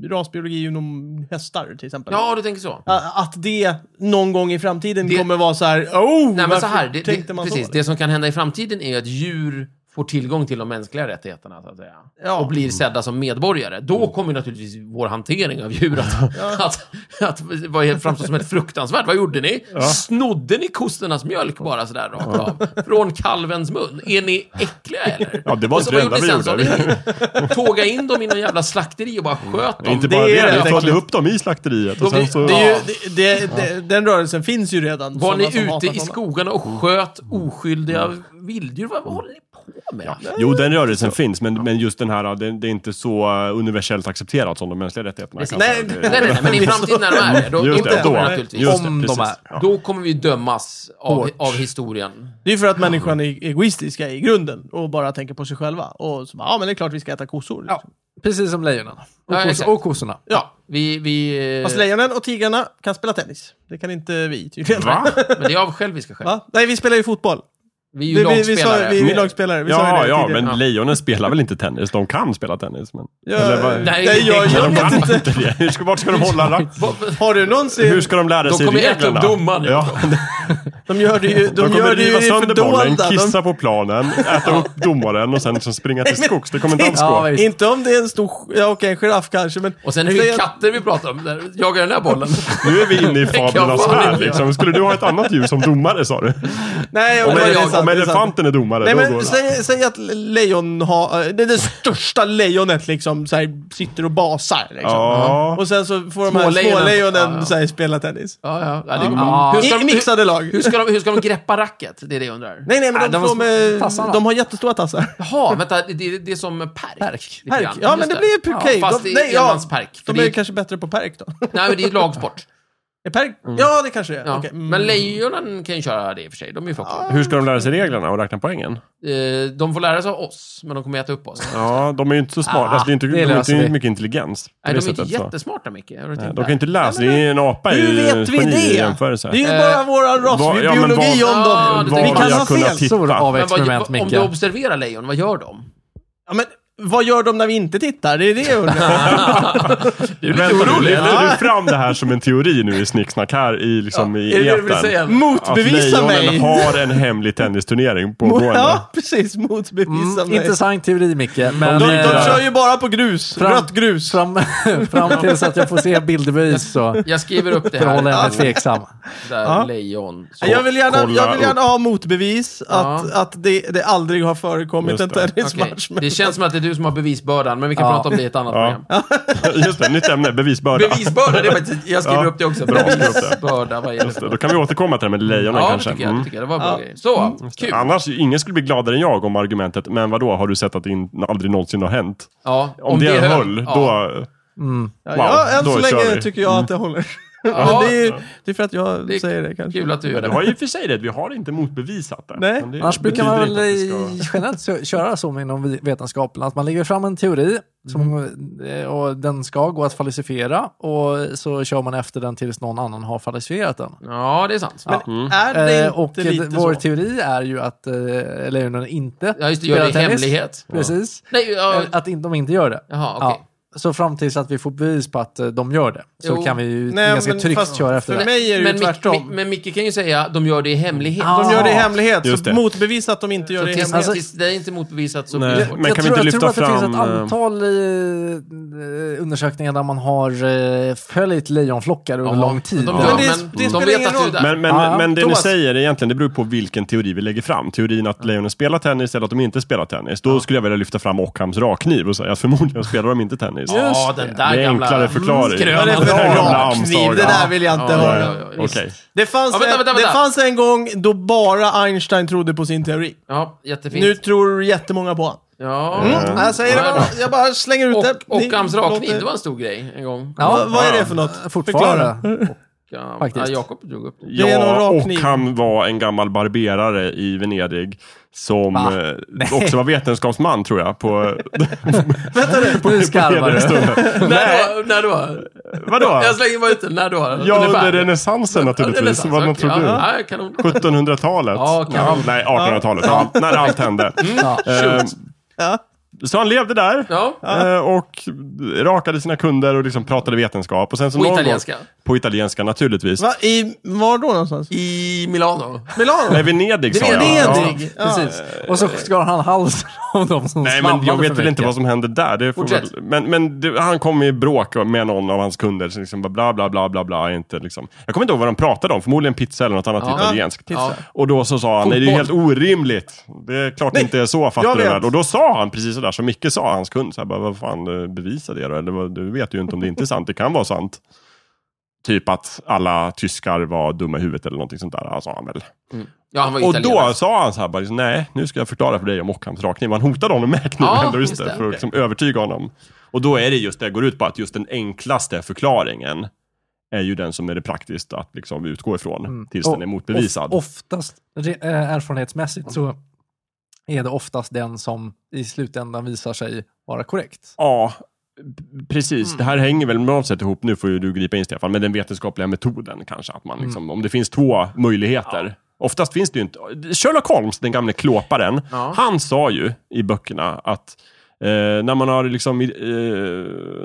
rasbiologi inom hästar till exempel.
Ja, du tänker så.
Ja, Att det någon gång i framtiden
Det-
kommer vara så här, oh,
Nej, men
varför
så här, det,
tänkte
det,
man
precis,
så?
det som kan hända i framtiden är ju att djur får tillgång till de mänskliga rättigheterna, så att säga.
Ja. Mm.
Och blir sedda som medborgare. Då kommer ju naturligtvis vår hantering av
[LAUGHS]
djur att, att, att, vara helt framstå som ett fruktansvärt. Vad gjorde ni? Snodde ni kossornas mjölk bara sådär rakt av? Från kalvens mun? Är ni äckliga eller?
Ja, det var
Och så
inte det
vad
enda
ni
vi
sen? Så ni [LAUGHS] Tåga in dem i någon jävla slakteri och bara sköt dem.
Inte
det
bara
är
det,
helt
vi flödde
enkelt-
upp dem i slakteriet. Och
De är-
sen så...
Det är ju, det, det, det, den rörelsen finns ju redan.
Var
sådana
ni
som hatar Mm.
ute i
sådana.
skogarna och sköt oskyldiga vilddjur? Vad, vad håller ni på med?
Jo, den rörelsen finns, men, men just den här, det, det är inte så eh, universellt accepterat som de mänskliga rättigheterna.
Precis.
kanske.
Nej,
Det-
Nej, nej, nej, men i framtiden när de är det, då,
Just
inte
det,
då,
då.
naturligtvis.
Just det,
Om de
precis.
är.
Ja.
Då kommer vi dömas av,
Hårt.
av historien.
Det är ju för att människan är egoistiska i grunden och bara tänker på sig själva. Och så bara, ja men det är klart vi ska äta kossor.
Ja.
Liksom.
Precis som lejonen. Och,
Ja,
kos-
exakt.
och kossorna.
Ja, vi... vi eh,
Fast lejonen och tigrarna kan spela tennis. Det kan inte vi tydligen.
Va?
men det är av själviska skäl.
Va? Nej, vi spelar ju fotboll.
Vi är ju
Vi, vi, vi, sa,
lagspelare.
vi är ju lagspelare. Vi sa ju
Ja,
det
ja,
tidigare.
men lejonen spelar väl inte tennis? De kan spela tennis, men...
Ja,
Eller vad-
Nej,
Nej, jag,
det
jag
Men
vet
de kan
inte.
inte det. Hur ska, vart ska de hålla rack?
Va- va-
Har du
Hur
någonsin...
ska de lära
Då
sig
kommer jag
reglerna?
äta upp domaren,
Ja.
De gör det ju, de
De, kommer
gör det ju
riva
i det
sönder bollen,
fördolda.
kissa på planen, äta upp domaren och sen liksom springa till skogs. Det kommer inte alls
Ja,
gå.
De,
visst.
inte om det är en stor... sk- Ja, okej, en giraff kanske, men...
Och sen är det
säg
ju
att-
katter vi pratar om. Där jagar den
[LAUGHS]
där bollen.
Nu är vi inne i
Det kan
fablernas
fan
värld
inte
liksom. Skulle du ha ett annat djur som domare sa du?
Nej,
Om,
det är
ele-
sant,
om
det är sant.
elefanten är domare,
Nej,
då
men
går det.
säg, säg att lejon har, det är det största lejonet liksom, så här, sitter och basar. Liksom.
Ja.
Och sen så får de här
Smålejonen.
smålejonen
Ja, ja.
så här, spela tennis.
Ja, ja. ja, det går
Ja.
Hur,
I,
ska
I
de, hur,
mixade lag.
hur, ska de, hur ska de greppa racket? Det är det jag undrar.
Nej, nej, men
Nej,
de,
de
får
var
med,
tassarna.
de har jättestora tassar.
Jaha, vänta. Det, det, det är som perk.
Perk.
lite
Perk.
grann.
Ja,
Just
men det blir ju
Ja,
okej.
fast
De-
det
nej,
är
ja.
enmansperk.
De
för det
är
är-
ju kanske bättre på perk då. [LAUGHS]
Nej, men det är ju lagsport.
Är perk? Ja, det kanske det är. [LAUGHS]
Ja.
Okej, mm.
Men lejonen kan ju köra det i och för sig. De är ju flockdjur.
Hur ska de lära sig reglerna och räkna poängen?
Eh, De får lära sig av oss, men de kommer äta upp oss.
Ja, de är ju inte så smarta.
Ah,
alltså, det är inte,
det
de har
löser
inte
vi.
mycket intelligens. på
Nej,
det
de är inte
sättet, så.
jättesmarta, Micke. Har du
Nej,
tänkt
Eh, De
på
kan
det?
inte läsa. Det är en apa i
Hur vet vi
geni i
det?
jämförelse.
Det är ju bara
Eh,
vår ras,
vad-
vi
ja, men
biologi
vad-
om
Ja,
dem.
det
Var
vi
tänker
kan
jag
ha
kunnat
fel.
Massor
titta.
av
Men
experiment,
vad, om du
Micke.
observerar lejon, vad gör de?
Ja, men, vad gör de när vi inte tittar? Det är det jag undrar.
Du lyfter du fram det här som en teori nu i Snicksnack här i, liksom, i
Är det det du vill
etern?
säga?
Att
Motbevisa
lejonen
mig!
har en hemlig tennisturnering pågående.
[LAUGHS] Ja, precis. Motbevisa
Mm,
mig.
intressant teori, Micke. Men,
De,
eh,
de kör ju bara på grus.
Fram-
Rött grus.
fram, fram [LAUGHS] tills att jag får se bilderbevis
[LAUGHS]
så
Jag skriver upp det
förhåller jag
här.
mig tveksam.
Där
Ja.
lejon. Så.
Jag vill gärna,
kolla
jag vill gärna ha motbevis att, att det, det aldrig har förekommit
Just
en
det.
Okej.
tennismatch.
Det känns som att det är du som har bevisbördan, men vi kan
Ja.
prata om det i ett annat
Ja.
program.
[LAUGHS] Just det, nytt ämne. Bevisbörda.
Bevisbörda, det är faktiskt, jag skriver upp det också.
Bra, skriv upp det.
Bevisbörda, vad är det
Just det,
för
Då
något?
kan vi återkomma till det här med lejonen
Ja, det
kanske.
tycker jag. Det,
Mm.
tycker jag. det var bra grej. Så, kul.
Annars, ingen skulle bli gladare än jag om argumentet, men vad då har du sett att det in, aldrig någonsin har hänt?
Ja,
Om, det, höll, då...
Ja,
Wow,
ja, än
då
så
kör
länge
vi.
tycker jag att det håller.
Ja.
[LAUGHS] Men det, är, ju- det är för att jag
Det är
säger det kanske.
Kul att du gör
Men du
det.
har ju i och för sig rätt, vi har inte motbevisat det.
Nej.
Men det
Annars brukar
betyder
man
inte
väl
att vi
i- [LAUGHS]
ska-
generellt så- köra så inom vi- vetenskapen, att man lägger fram en teori som, eh, och den ska gå att falsifiera och så kör man efter den tills någon annan har falsifierat den.
Ja, Mm. det är sant.
Ja.
Är det
Eh,
inte
och eh,
lite
vår
så?
teori är ju att eh, lejonen inte
Ja, just det. Gör det i
tennis.
hemlighet.
[LAUGHS] Precis.
Nej, ja,
Eh, Att in, de inte gör det.
Jaha, okej.
Ja. Så fram tills att vi får bevis på att eh, de gör det, så
Jo.
kan vi ju
Nej,
ganska
men
tryggt
fast-
köra efter
för
det.
mig är det ju
men, Mick-
tvärtom.
Mi- men Micke kan ju säga de gör det i hemlighet.
Ja.
De gör det i
Ah,
hemlighet,
just
så
det.
motbevisa att de inte gör
Så
det i
tills, alltså,
hemlighet.
tills det är inte motbevisat så
Nej.
blir det svårt.
Men
jag
kan vi
tror,
inte
jag tror
lyfta
att det
fram...
finns ett
eh,
antal eh, undersökningar där man har eh, följt lejonflockar under
Ja,
lång tid.
De,
Ja.
gör,
Men det-
men
det
de
spelar
vet
ingen
att du är
roll.
där.
Men, men,
Ja,
men det
Thomas.
ni säger egentligen, det beror på vilken teori vi lägger fram. Teorin att lejonen spelar tennis eller att de inte spelar tennis. Då skulle jag vilja lyfta fram Ockhams rakkniv och säga att förmodligen spelar de inte tennis.
ja, den där
det är
gamla...
enklare förklaring.
skrönan.
Vad är det
Den
för
här gamla
rakkniv?
amsagan.
Det där vill jag inte
Ja,
höra.
ja, ja, ja, visst.
Okej.
Det, fanns
Ja, vänta,
en,
vänta,
det
vänta.
fanns en gång då bara Einstein trodde på sin teori.
Ja, jättefint.
Nu tror jättemånga på honom.
ja.
Mm. Jag, säger det
Ja,
bara, jag bara slänger ut det.
Och
Ni
Ockhams rakkniv,
låter-
det var en stor grej en gång.
Ja,
Vad- Vad är det för något? Förklara.
Fortfarande.
Ja,
Faktiskt.
Ja, Jakob drog upp det.
Det är någon
Ja,
rakkniv.
och han var en gammal barberare i Venedig som
Va?
eh, också var vetenskapsman tror
[LAUGHS]
jag. På, [LAUGHS]
Vänta [LAUGHS] nu.
[LAUGHS] Nu skarvar du.
du. Nej,
När då? När då?
vadå?
[LAUGHS] Jag slänger bara ut den. När då?
Ja,
Ungefär.
under renässansen naturligtvis.
Ja,
Vad
okej,
man trodde du?
Ja, ja, kanon.
1700-talet?
Ja, kan
Ja,
vi.
nej, 1800-talet. Ja. När allt hände.
Ja.
Eh,
Ja.
Så han levde där
Ja.
eh, och rakade sina kunder och liksom pratade vetenskap. Och sen så
På
någon gång-
italienska?
På italienska naturligtvis.
Va, i, var då någonstans? I
I Milano.
Milano?
Nej, Venedig sa jag. Ja.
Venedig? Ja.
Precis. Och så skar han halsen [LAUGHS] av de som
Nej, men
svammade
jag
för
vet väl inte
mycket.
vad som hände där. Det får
Fortsätt.
väl, men men det, han kom i bråk med någon av hans kunder. Så liksom bara bla, bla, bla, bla, bla. Inte, liksom. Jag kommer inte ihåg vad de pratade om. Förmodligen pizza eller något annat
Ja.
italienskt.
Ja.
Och då så sa han, nej det är ju helt orimligt. Det är klart det inte är så, fattar
jag
du
vet.
väl? Och då sa han precis sådär som Micke sa, hans kund. Så här, bara, vad fan, eh, bevisa det då. Eller, vad- du vet ju inte om det inte är sant. Det kan vara sant. Typ att alla tyskar var dumma i huvudet eller någonting sånt där. Alltså, han väl.
Ja, han var
Och
italienare.
då sa han så här, bara, liksom, nej, nu ska jag förklara för dig om Ockhams rakkniv. Han hotade honom med kniven,
Ja,
då, just
just
det,
det,
för att liksom, övertyga honom. Och då är det just det, jag går ut på att just den enklaste förklaringen är ju den som är det praktiskt att liksom utgå ifrån tills den är
Och-
motbevisad.
of- Oftast, re- eh, erfarenhetsmässigt, så är det oftast den som i slutändan visar sig vara korrekt.
Ja, p- precis. Det här hänger väl på något sätt ihop, nu får ju du gripa in Stefan, med den vetenskapliga metoden kanske. Att man liksom, Om det finns två möjligheter. Oftast finns det ju inte. Sherlock Holmes, den gamle klåparen,
Ja.
han sa ju i böckerna att eh, när man har liksom, eh,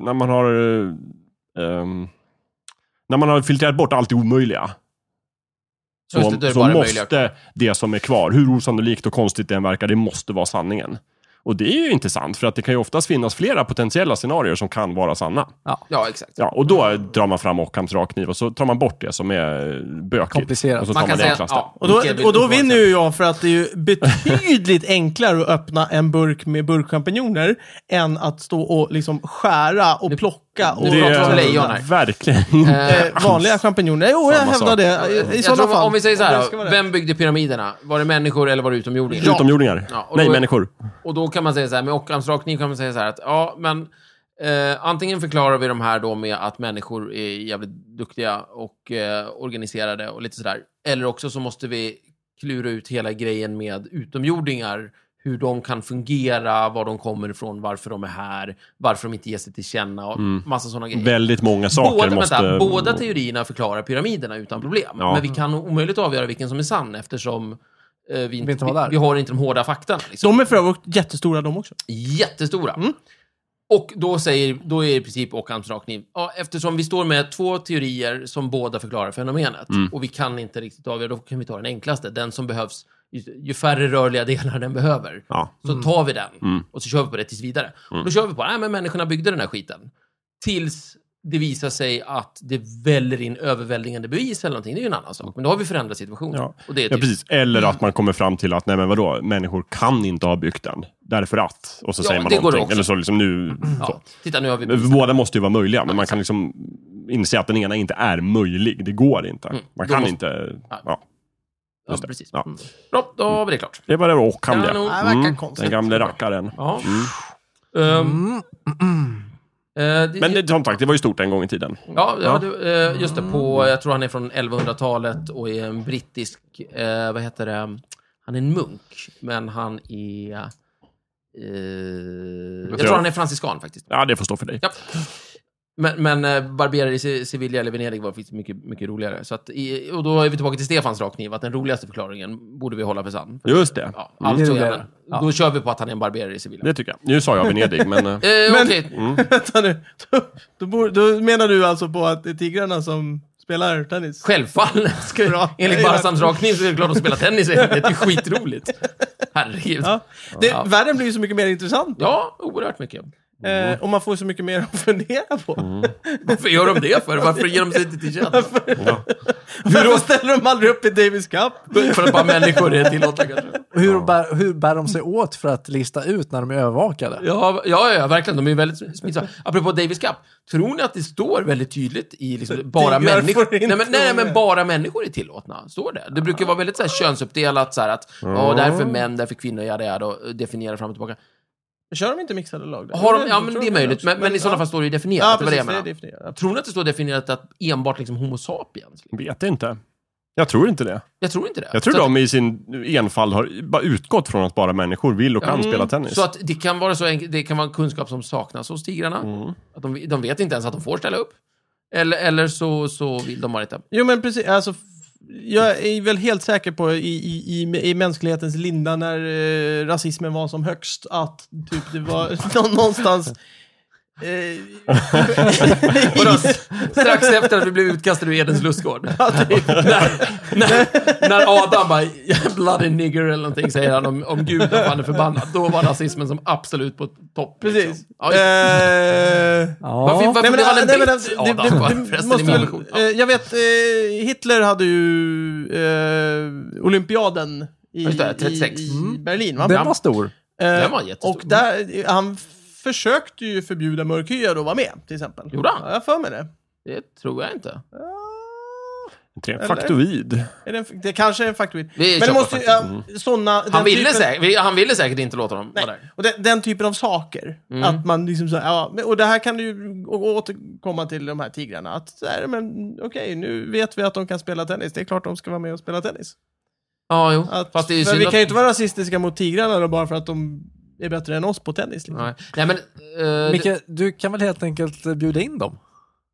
när man har eh, ehm, när man har filtrerat bort allt det omöjliga
Så just det, då är det
så
bara
måste
möjliga kvar.
det som är kvar, hur osannolikt och konstigt det än verkar, det måste vara sanningen. Och det är ju intressant, för att det kan ju oftast finnas flera potentiella scenarier som kan vara sanna.
Ja, exakt.
Ja, och då
Mm.
drar man fram Ockhams rakkniv och så tar man bort det som är eh, bökigt.
Komplicerat.
Och så tar man,
Man kan
det
säga...
enklaste.
Ja,
Och då,
vilket-
och då
vilket-
vinner ju jag för att det är ju betydligt [LAUGHS] enklare att öppna en burk med burkchampinjoner än att stå och liksom skära och plocka och liksom
Det-
Det
pratar om
är
lejon här.
verkligen...
Eh,
eh, vanliga champinjoner. Jo, jag
Samma
hävdar
sak.
det. I, i
jag
sådana
tror,
fall.
om vi säger så
Det ska vara
här,
det.
vem byggde pyramiderna? Var det människor eller var det
[LAUGHS]
utomjordingar?
Utomjordingar.
Ja, och
Nej,
då är-
människor.
Och då kan man säga så här, med Ockhams rakkniv kan man säga så här att, ja, men eh, antingen förklarar vi de här då med att människor är jävligt duktiga och eh, organiserade och lite sådär. Eller också så måste vi klura ut hela grejen med utomjordingar, hur de kan fungera, var de kommer ifrån, varför de är här, varför de inte ger sig till känna och massa sådana grejer.
Väldigt många Mm. saker
Båda,
måste...
vänta, båda teorierna förklarar pyramiderna utan problem.
Ja.
Men vi kan omöjligt avgöra vilken som är sann eftersom eh, vi, inte,
inte
vi,
var där.
vi har inte de hårda faktan. Liksom.
De är för övrigt jättestora de också.
Jättestora.
Mm.
Och då, säger, då är det i princip Ockhams rakkniv. Ja, eftersom vi står med två teorier som båda förklarar fenomenet
Mm.
och vi kan inte riktigt avgöra, då kan vi ta den enklaste. Den som behövs, ju, ju färre rörliga [LAUGHS] delar den behöver,
Ja. Mm.
så tar vi den och så kör vi på det tills vidare. Och då kör vi på, nej men människorna byggde den här skiten. Tills det visar sig att det väller in överväldigande bevis eller någonting, det är ju en annan sak. Men då har vi förändrat situationen.
Ja.
Och det är
Ja,
typ-
precis. Eller att man kommer fram till att, nej men vadå, människor kan inte ha byggt den. Därför att. Och så
Ja,
säger man
det går
någonting.
också.
Eller så liksom nu...
ja.
Så.
Titta, nu har vi bevis.
Båda måste ju vara möjliga, men man kan liksom inse att den ena inte är möjlig. Det går inte. Man
Mm, Då
kan
måste-
inte...
Ja.
Ja.
Ja, precis. Mm.
Ja.
Bra, då har vi det klart.
Det var det och han
Kanon.
det. Mm,
Det verkar konstigt.
Den gamle rackaren.
Ja. Ehm,
Mm.
eh, det-
Men det, som sagt, det var ju stort en gång i tiden.
ja, ja. Du, eh, just det, på, jag tror han är från 1100-talet och är en brittisk, eh, vad heter det, han är en munk, men han är... Eh, jag tror han är franciskan faktiskt.
Ja, det får stå för dig.
Ja. Men, men eh, barberare i Se- Sevilla eller Venedig var faktiskt mycket, mycket roligare. Så att, i, och då är vi tillbaka till Stefans rakkniv, att den roligaste förklaringen borde vi hålla för sann.
Just det.
Ja, alltså,
Det är
ja,
roligare.
men, då kör vi på att han är en barberare i Sevilla.
Det tycker jag. Nu sa jag Venedig,
[LAUGHS]
men... eh,
Eh,
Men-
okej.
[LAUGHS] Vänta nu. Då, då, bor- då menar du alltså på att det är tigrarna som spelar tennis? [LAUGHS]
Självfallet. Ska,
Bra.
Enligt Barsams rakkniv så är det klart att spela tennis. Det är ju skitroligt. Herregud.
Ja.
Ja.
Det,
Ja.
Världen blir ju så mycket mer intressant.
oerhört mycket. Mm.
Eh, och man får så mycket mer att fundera på.
Varför gör de det för? Varför ger de sig inte till känna?
[LAUGHS] Varför ställer de aldrig upp i Davis Cup?
För att bara människor är tillåtna kanske?
Och Hur, bär, hur bär de sig åt för att lista ut när de är övervakade?
Ja, ja, ja, verkligen. De är ju väldigt smittsamma. Apropå Davis Cup, tror ni att det står väldigt tydligt i liksom bara
Digrar får
människor...
inte
Nej, men, nej,
vara
men
med.
bara människor är tillåtna. Står det? Det brukar vara väldigt så här, könsuppdelat, så här att ja, det här är för män, det här är för kvinnor, ja, det är och definiera fram och tillbaka.
Kör de inte mixade lag där?
Har de, ja,
Jag
men
tror
det är möjligt,
också.
men, men i sådana
ja.
fall står det ju definierat.
Ja,
det var det
precis.
jag
Det är
menade.
definierat.
Tror ni att det står definierat att enbart liksom Homo sapiens?
Vet inte. Jag tror inte det.
Jag tror inte det.
Jag tror
så
de i sin enfald har bara utgått från att bara människor vill och kan
Mm,
spela
att,
tennis.
så att det kan vara så enkelt, det kan vara en kunskap som saknas hos tigrarna.
Mm.
Att de, de vet inte ens att de får ställa upp. Eller, eller så, så vill de
[LAUGHS]
bara inte.
Jo, men precis. Alltså, f- jag är väl helt säker på i, i, i, i mänsklighetens linda när eh, rasismen var som högst att typ, det var [LAUGHS] nå- någonstans... Eh, [LAUGHS]
[LAUGHS] Vadå, strax efter att vi blev utkastade ur Edens lustgård. [LAUGHS]
typ,
när, när, när Adam bara “bloody nigger” eller någonting säger han om, om Gud, att han är förbannad. Då var rasismen som absolut på topp. liksom.
precis.
Ja, just det.
Eh,
Ja.
Varför, varför
Nej, men,
blev han en
nej, men,
britt,
alltså, det,
Adam?
det, det,
Förresten,
måste
i min
väl,
version.
eh, jag vet, eh, Hitler hade ju eh, olympiaden i,
Just det, 36.
i, i
Mm.
Berlin. Va?
Den var stor.
Eh,
Den var jättestor.
Och där, han försökte ju förbjuda mörkhyade att vara med, till exempel.
Gjorde han?
Ja, jag har för mig det.
Det tror jag inte.
Tre-
eller?
Faktoid.
Är det, en, det kanske är en faktoid.
Vi
Men det
köper
måste ju, ja, såna, den
Han ville,
typen,
säkert, han ville säkert inte låta dem
Nej,
vara där. Mm.
och den, den typen av saker. Att man liksom så här, ja, men- och det här kan du ju å- återkomma till de här tigrarna. Att så här, men okej, nu vet vi att de kan spela tennis. Det är klart de ska vara med och spela tennis.
Ja, jo.
Att,
Fast det är ju
men
synd
vi kan ju
att...
inte vara rasistiska mot tigrarna då, bara för att de är bättre än oss på tennis. Liksom.
Nej, Nej men... eh,
Micke, du kan väl helt enkelt eh, bjuda in dem?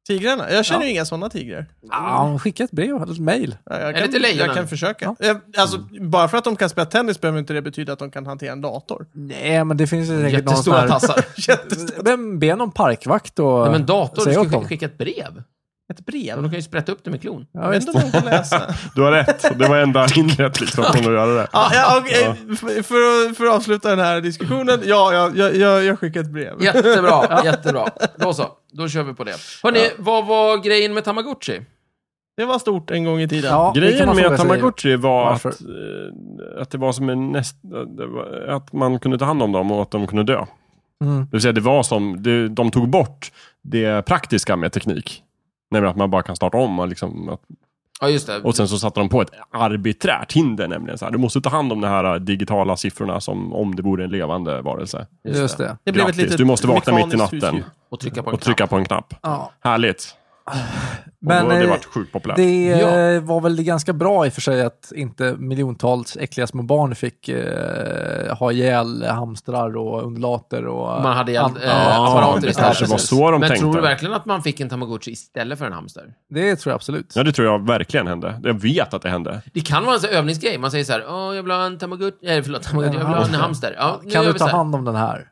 Tigrarna? Jag känner ju inga sådana tigrar.
Ja, skicka ett brev eller ett mejl.
Ja, Jag
Är det till
kan,
lejonen?
jag kan försöka. Eh, Alltså, Bara för att de kan spela tennis behöver inte det betyda att de kan hantera en dator.
Nej, men det finns ju säkert någon sån
jättestora
här...
tassar.
[LAUGHS]
Jättestor-
Men be någon parkvakt och
Nej, men dator, du
säga
ska
åt
skicka,
dem.
skicka ett brev.
Ett
Men de
brev?
kan ju sprätta upp det med klon.
Jag vet inte om de kan läsa.
Du har rätt. Det var
[LAUGHS]
enda hindret liksom från att göra det.
Ja,
[LAUGHS]
ja, okej. För, för, att- för att avsluta den här diskussionen, ja, ja jag, jag, jag skickar ett brev.
[LAUGHS] Jättebra, jättebra. Då så, då kör vi på det. Hörni, vad var grejen med Tamagotchi?
Det var stort en gång i tiden.
Ja, det kan
Grejen
man
med
fråga sig.
Tamagotchi var
Varför?
att, eh, att det var som en näst, det var- att man kunde ta hand om dem och att de kunde dö.
Mm.
Det vill säga, det var som, det, de tog bort det praktiska med teknik. Nämligen att man bara kan starta om och, liksom, att,
Ja, just det.
och sen så satte de på ett arbiträrt hinder. Nämligen så här, du måste ta hand om de här eh, digitala siffrorna som om det vore en levande varelse.
Just det.
Det blev ett
Grattis,
litet
du måste vakna mitt i
mekaniskt
natten
husdjur.
Och trycka på en
och trycka
knapp.
på en knapp.
Ja.
Härligt. Och
Men,
då har det
eh,
varit sjukt populärt.
Det
Ja.
eh, var väl ganska bra i och för sig att inte miljontals äckliga små barn fick eh, ha ihjäl hamstrar och undulater och...
Man hade ihjäl,
an-
eh, apparater
det
istället.
kanske var så de
Men
tänkte.
tror du verkligen att man fick en Tamagotchi istället för en hamster?
Det tror jag absolut.
Ja, det tror jag verkligen hände. Jag vet att det hände.
Det kan vara en sån här övningsgrej. Man säger så här, Åh, jag vill ha en Tamagotchi. Nej, förlåt, Tamagotchi. Jag vill ha en
hamster.
hamster. Ja, nu
kan
gör
du
vi
ta
så här.
hand om den här?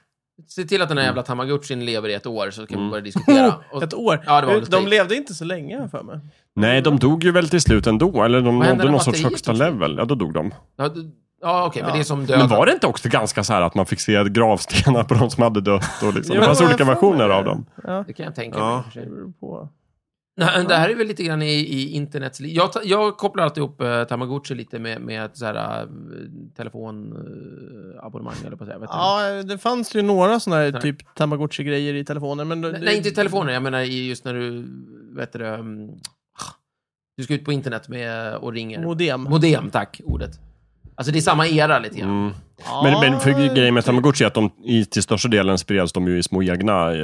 Se till att den här jävla Tamagotchin lever i ett år så kan vi börja diskutera. Och,
Ett år? Eh,
Ja, det var väl typ-
de
skit.
levde inte så länge har jag för mig.
Nej, de dog ju väl till slut ändå. Eller de
Vad
nådde
hände när
någon sorts
batteriet
högsta
tog slut?
level. Ja, då dog de.
Ja, du- ja okej, men det är som
Men
döden.
var det inte också ganska så här att man fick se gravstenar på de som hade dött? Och liksom,
Jo,
det fanns
jag
olika
får
versioner
det.
av dem.
Ja.
Det kan jag tänka
Ja.
mig. i och för sig.
det beror på.
Nej, det här är väl lite grann i, i internets... li- Jag, ta- jag kopplar alltid ihop eh, Tamagotchi lite med, med ett så här eh, telefonabonnemang, eller på att säga. Vet du?
Ja, det fanns ju några sådana här
Nej.
typ Tamagotchi-grejer i telefonen. Men det,
Nej, nej, inte i telefoner. Jag menar i just när du, vet du, um, du ska ut på internet med, och ringer.
Modem.
Modem, tack, ordet. Alltså det är samma era lite grann.
Mm. Men, men för grejen
typ.
med Tamagotchi är att de i, till största delen spreds de ju i små egna eh,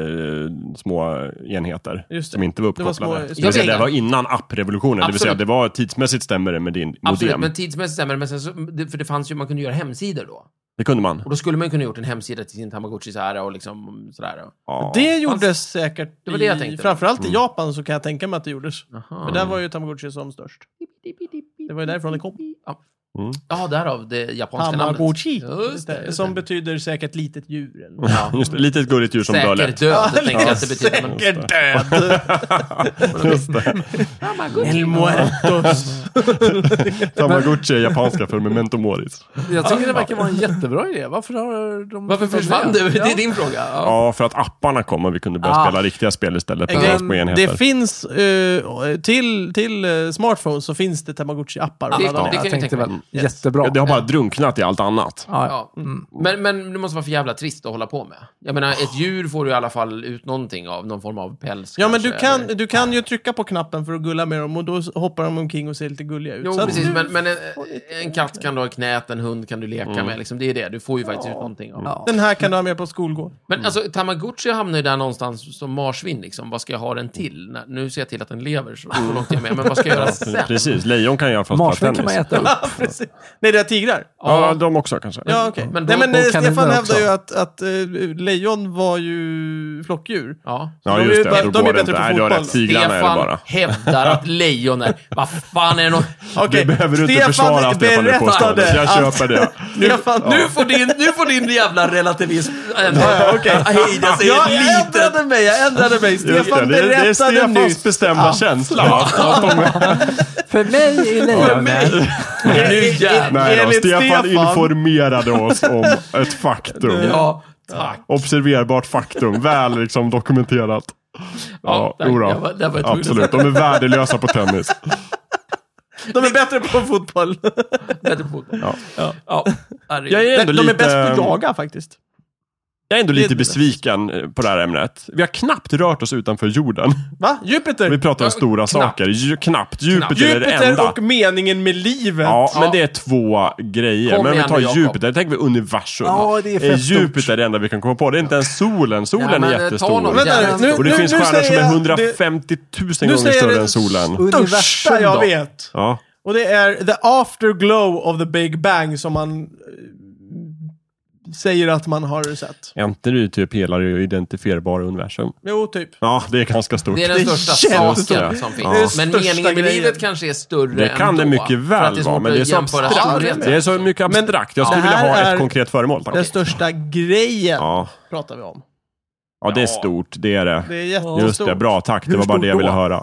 små enheter.
Just det.
Som inte var
Det var
uppkopplade.
små-
det, vill säga, det
egna.
var innan apprevolutionen. Det vill säga,
Absolut.
det var, tidsmässigt stämmer det med din
Absolut,
modem.
men tidsmässigt stämmer det. Men sen så, det- för det fanns ju, man kunde göra hemsidor då.
Det kunde man.
Och då skulle man ju kunna gjort en hemsida till sin Tamagotchis ära och liksom sådär.
Ja.
Det gjordes säkert
Det var det jag
i,
tänkte. Mm.
framförallt
Mm.
i Japan så kan jag tänka mig att det gjordes.
Jaha.
För där var ju Tamagotchi som störst. Det var ju därifrån det kom.
Ja.
Mm.
ja, därav det japanska
Tamagotchi.
namnet. Just det, just
Som
det.
betyder säkert litet djur. Eller?
Ja.
Just det, litet gulligt djur som dör
Säker
lätt.
död, tänkte jag att det betyder. Men,
Säker död!
Just
[LAUGHS]
det.
El muertos.
Tamagotchi är japanska för memento mori.
Jag tycker det verkar vara en jättebra idé. Varför har de...
varför försvann
de
du? Det
Ja.
är din fråga. Ja.
Ja, för att apparna kom och vi kunde börja
Ah.
spela riktiga spel istället
En
för
grej-
små enheter.
Det finns, eh, till, till eh, smartphones så finns det Tamagotchi-appar.
Det-
alla dagar.
det kan
Jag
jag
tänkte
tänka
väl,
mig.
Yes.
jättebra.
Det har bara drunknat i allt annat.
Ja, ja.
Ja. Mm. Men, men det måste vara för jävla trist att hålla på med. Jag menar, ett djur får du i alla fall ut någonting av, någon form av päls.
Ja, men du
kanske,
kan,
eller-
du kan ju trycka på knappen för att gulla med dem och då hoppar de omkring och ser lite gulliga ut.
Jo,
Så att
precis.
du-
Men, men en, en katt kan du ha i knät, en hund kan du leka med. Liksom, det är det. Du får ju faktiskt ut någonting av.
Ja.
Den här kan du ha med på skolgård.
Men alltså, Tamagotchi hamnar ju där någonstans som marsvin. Liksom. Vad ska jag ha den till? När- Nu ser jag till att den lever så, så långt jag är med. Men vad ska jag göra sen?
Precis, lejon kan i alla fall spela
Marsvin
tennis.
kan man äta upp.
[LAUGHS] Ja, precis. Nej, det är tigrar.
Ja, de också kanske.
Ja, okej.
Men
Men
då-
Nej, men
då
eh,
kan det
Stefan
där
hävdar
också.
ju att, att eh, lejon var ju flockdjur.
Ja.
Ja,
De är
just
ju
det.
bä-
Då
de är
går det
bättre
inte.
på
Nej, du har
fotboll.
rätt. Tiglarna är det
Stefan
bara.
hävdar att lejon är... Vad fan är det någon...
Okej,
Det behöver du inte försvara, Stefan. det påståendet. Jag
att-
köper det.
Stefan, nu
Nu får din, nu får din jävla relativism...
Ja, okej.
Hejda sig
Jag
ett litet...
ändrade mig, jag ändrade mig.
Just det,
Stefan
det, det är
berättade
Stefans
nyss.
bestämda känsla. Att de,
För mig är lejonen...
Nu jävlar.
nej då,
Enligt
Stefan,
Stefan.
informerade oss om ett faktum.
Ja, tack.
Observerbart faktum, väl liksom dokumenterat. Ja,
tack.
jodå.
Jag var- där var jag tvungen att
Absolut, de är värdelösa på tennis.
De är bättre på fotboll.
Bättre på fotboll.
Ja.
Ja. Ja. Herregud.
Jag är
De
ändå
de är
lite-
bäst på att jaga faktiskt.
Jag är ändå
Det
lite
är-
besviken eh, på det här ämnet. Vi har knappt rört oss utanför jorden.
Va?
Vi
Jupiter?
pratar om
Ja,
stora
knappt.
saker. Ju, knappt. Djupet är det
Jupiter
enda.
och meningen med livet.
Ja,
Ja.
men det är två grejer.
Kom
men om
igen
vi
nu,
tar
Jakob.
Jupiter, tänker vi universum. Eh,
Ja, det är fett stort.
Jupiter är det enda vi kan komma på. Det är inte ens solen.
Ja,
Solen
men, eh,
är
ta
jättestor.
någon.
Vänta
jävla-
nu, nu,
Och det
nu,
finns
nu
stjärnor som
säger
är
jag-
150 000
nu
gånger
säger
större
det-
än solen.
Det
Universum
största jag
då?
vet.
Ja.
Och det är the afterglow of the big bang som man eh, säger att man har sett.
Är inte du typ hela det identifierbara universum?
Jo, typ.
Ja, det är ganska stort.
Det är
Det är
den största
jättestort.
saken som finns.
Det är den
Men
största
meningen med
grejen.
livet kanske är större
Det kan
ändå,
det mycket
För att det
väl
är
vara,
svårt
men det är
att
så
jämföra
abstrakt.
storheter.
Det är så mycket
Men
abstrakt. Jag skulle
det
vilja
här
ha
är-
ett konkret föremål. tack.
Den största grejen
Ja.
pratar vi om.
ja, det är stort. Det är det.
Det är
Just
jättestort.
det, bra. Tack. Det
Hur
var bara det jag
stort
ville
då?
höra.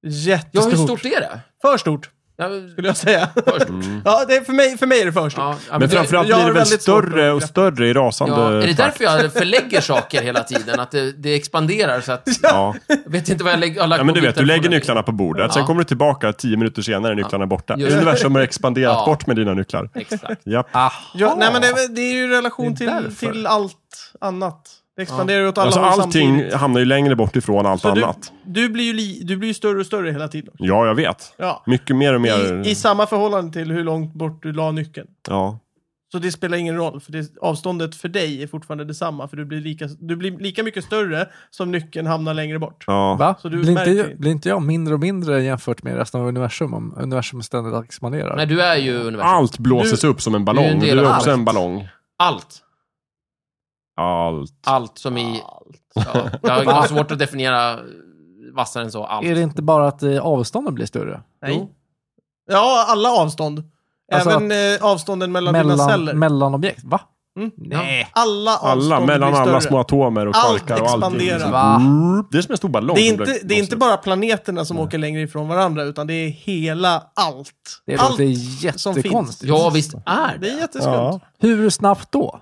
Ja,
Jättestort.
hur stort är det?
För stort,
Ja,
Mm.
skulle jag säga.
för stort.
ja, det är för, mig, för mig är det för stort.
Ja, ja,
Men
det-
framförallt
jag
blir det
har
väl
väldigt svårt
större
att-
och större i rasande
Ja, är det
takt.
därför jag förlägger saker hela tiden? Att det, det expanderar så att...
Ja.
Jag vet inte vad [LAUGHS] jag lägger, har lagt
ja, men du
på
vet, du lägger
mobiltelefonen.
nycklarna på bordet, sen
Ja.
kommer du tillbaka tio minuter senare, nycklarna är borta.
Just det.
Universum har expanderat
Ja.
bort med dina nycklar.
Exakt. Ah.
Ja.
Ja, nej, men det, är- det är ju i relation
Det är
till,
därför.
till allt annat. Det expanderar ju åt alla
Alltså,
håll
allting
samtidigt.
hamnar ju längre bort ifrån allt
Så du,
annat.
du, blir ju li, du blir ju större och större hela tiden.
Ja, jag vet.
Ja.
Mycket mer och mer.
I, I samma förhållande till hur långt bort du la nyckeln.
Ja.
Så det spelar ingen roll, för det, avståndet för dig är fortfarande detsamma. För du blir, lika, du blir lika mycket större som nyckeln hamnar längre bort.
Ja.
Va?
Så du
blir, inte,
märker
jag-
inte.
blir inte jag mindre och mindre jämfört med resten av universum om universum ständigt expanderar?
Nej, du är ju universum.
Allt blåses upp som en
du är en
ballong. Du
del av
är också
allt.
en ballong.
Allt.
Allt.
Allt som i... Ja, jag har svårt att definiera vassare än så. Allt.
Är det inte bara att eh, avstånden blir större?
Nej. Ja, alla avstånd.
Alltså
Även eh, avstånden mellan, dina celler.
Mellan, mellan objekt? Va?
Mm.
Nej.
alla avstånd
Alla, mellan
blir
alla
större.
små atomer och
Allt
kvarkar och allting.
expanderar.
Va?
Det är som en stor ballong.
Det är,
som
inte,
blåser
det är inte
upp.
bara planeterna som åker längre ifrån varandra, utan det är hela allt.
Det
allt.
låter
som finns.
jättekonstigt.
Ja, visst är
Det
det.
är jätteskumt.
Ja.
Hur snabbt då?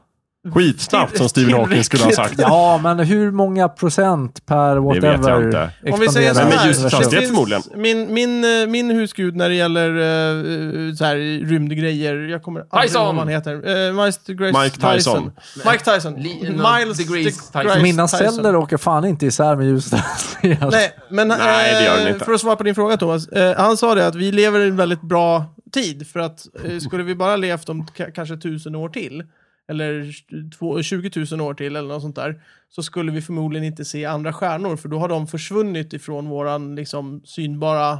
Skitsnabbt som Stephen Hawking skulle ha sagt.
Ja, men hur många procent per whatever
vet jag inte.
Om vi säger så
expanderar
Men med
här,
ljusets
det
universum?
hastighet
finns-
förmodligen.
Min, min, eh, min husgud när det gäller eh, så här, rymdgrejer, jag kommer aldrig
Tyson!
ihåg vad han heter. Eh, Miles Grace
Mike Tyson.
Mike Tyson.
Li- no,
Miles
degrees
de-
Tyson.
Grace
Mina
Tyson.
celler åker fan inte isär med [LAUGHS] ljusets hastighet.
Nej, men
Alltså- Nej, det gör den
eh,
inte.
för att svara på din fråga Thomas. Eh, han sa det att vi lever i en väldigt bra tid för att eh, skulle vi bara levt om ka- kanske tusen år till eller två- 20 000 år till eller något sånt där så skulle vi förmodligen inte se andra stjärnor för då har de försvunnit ifrån våran liksom synbara...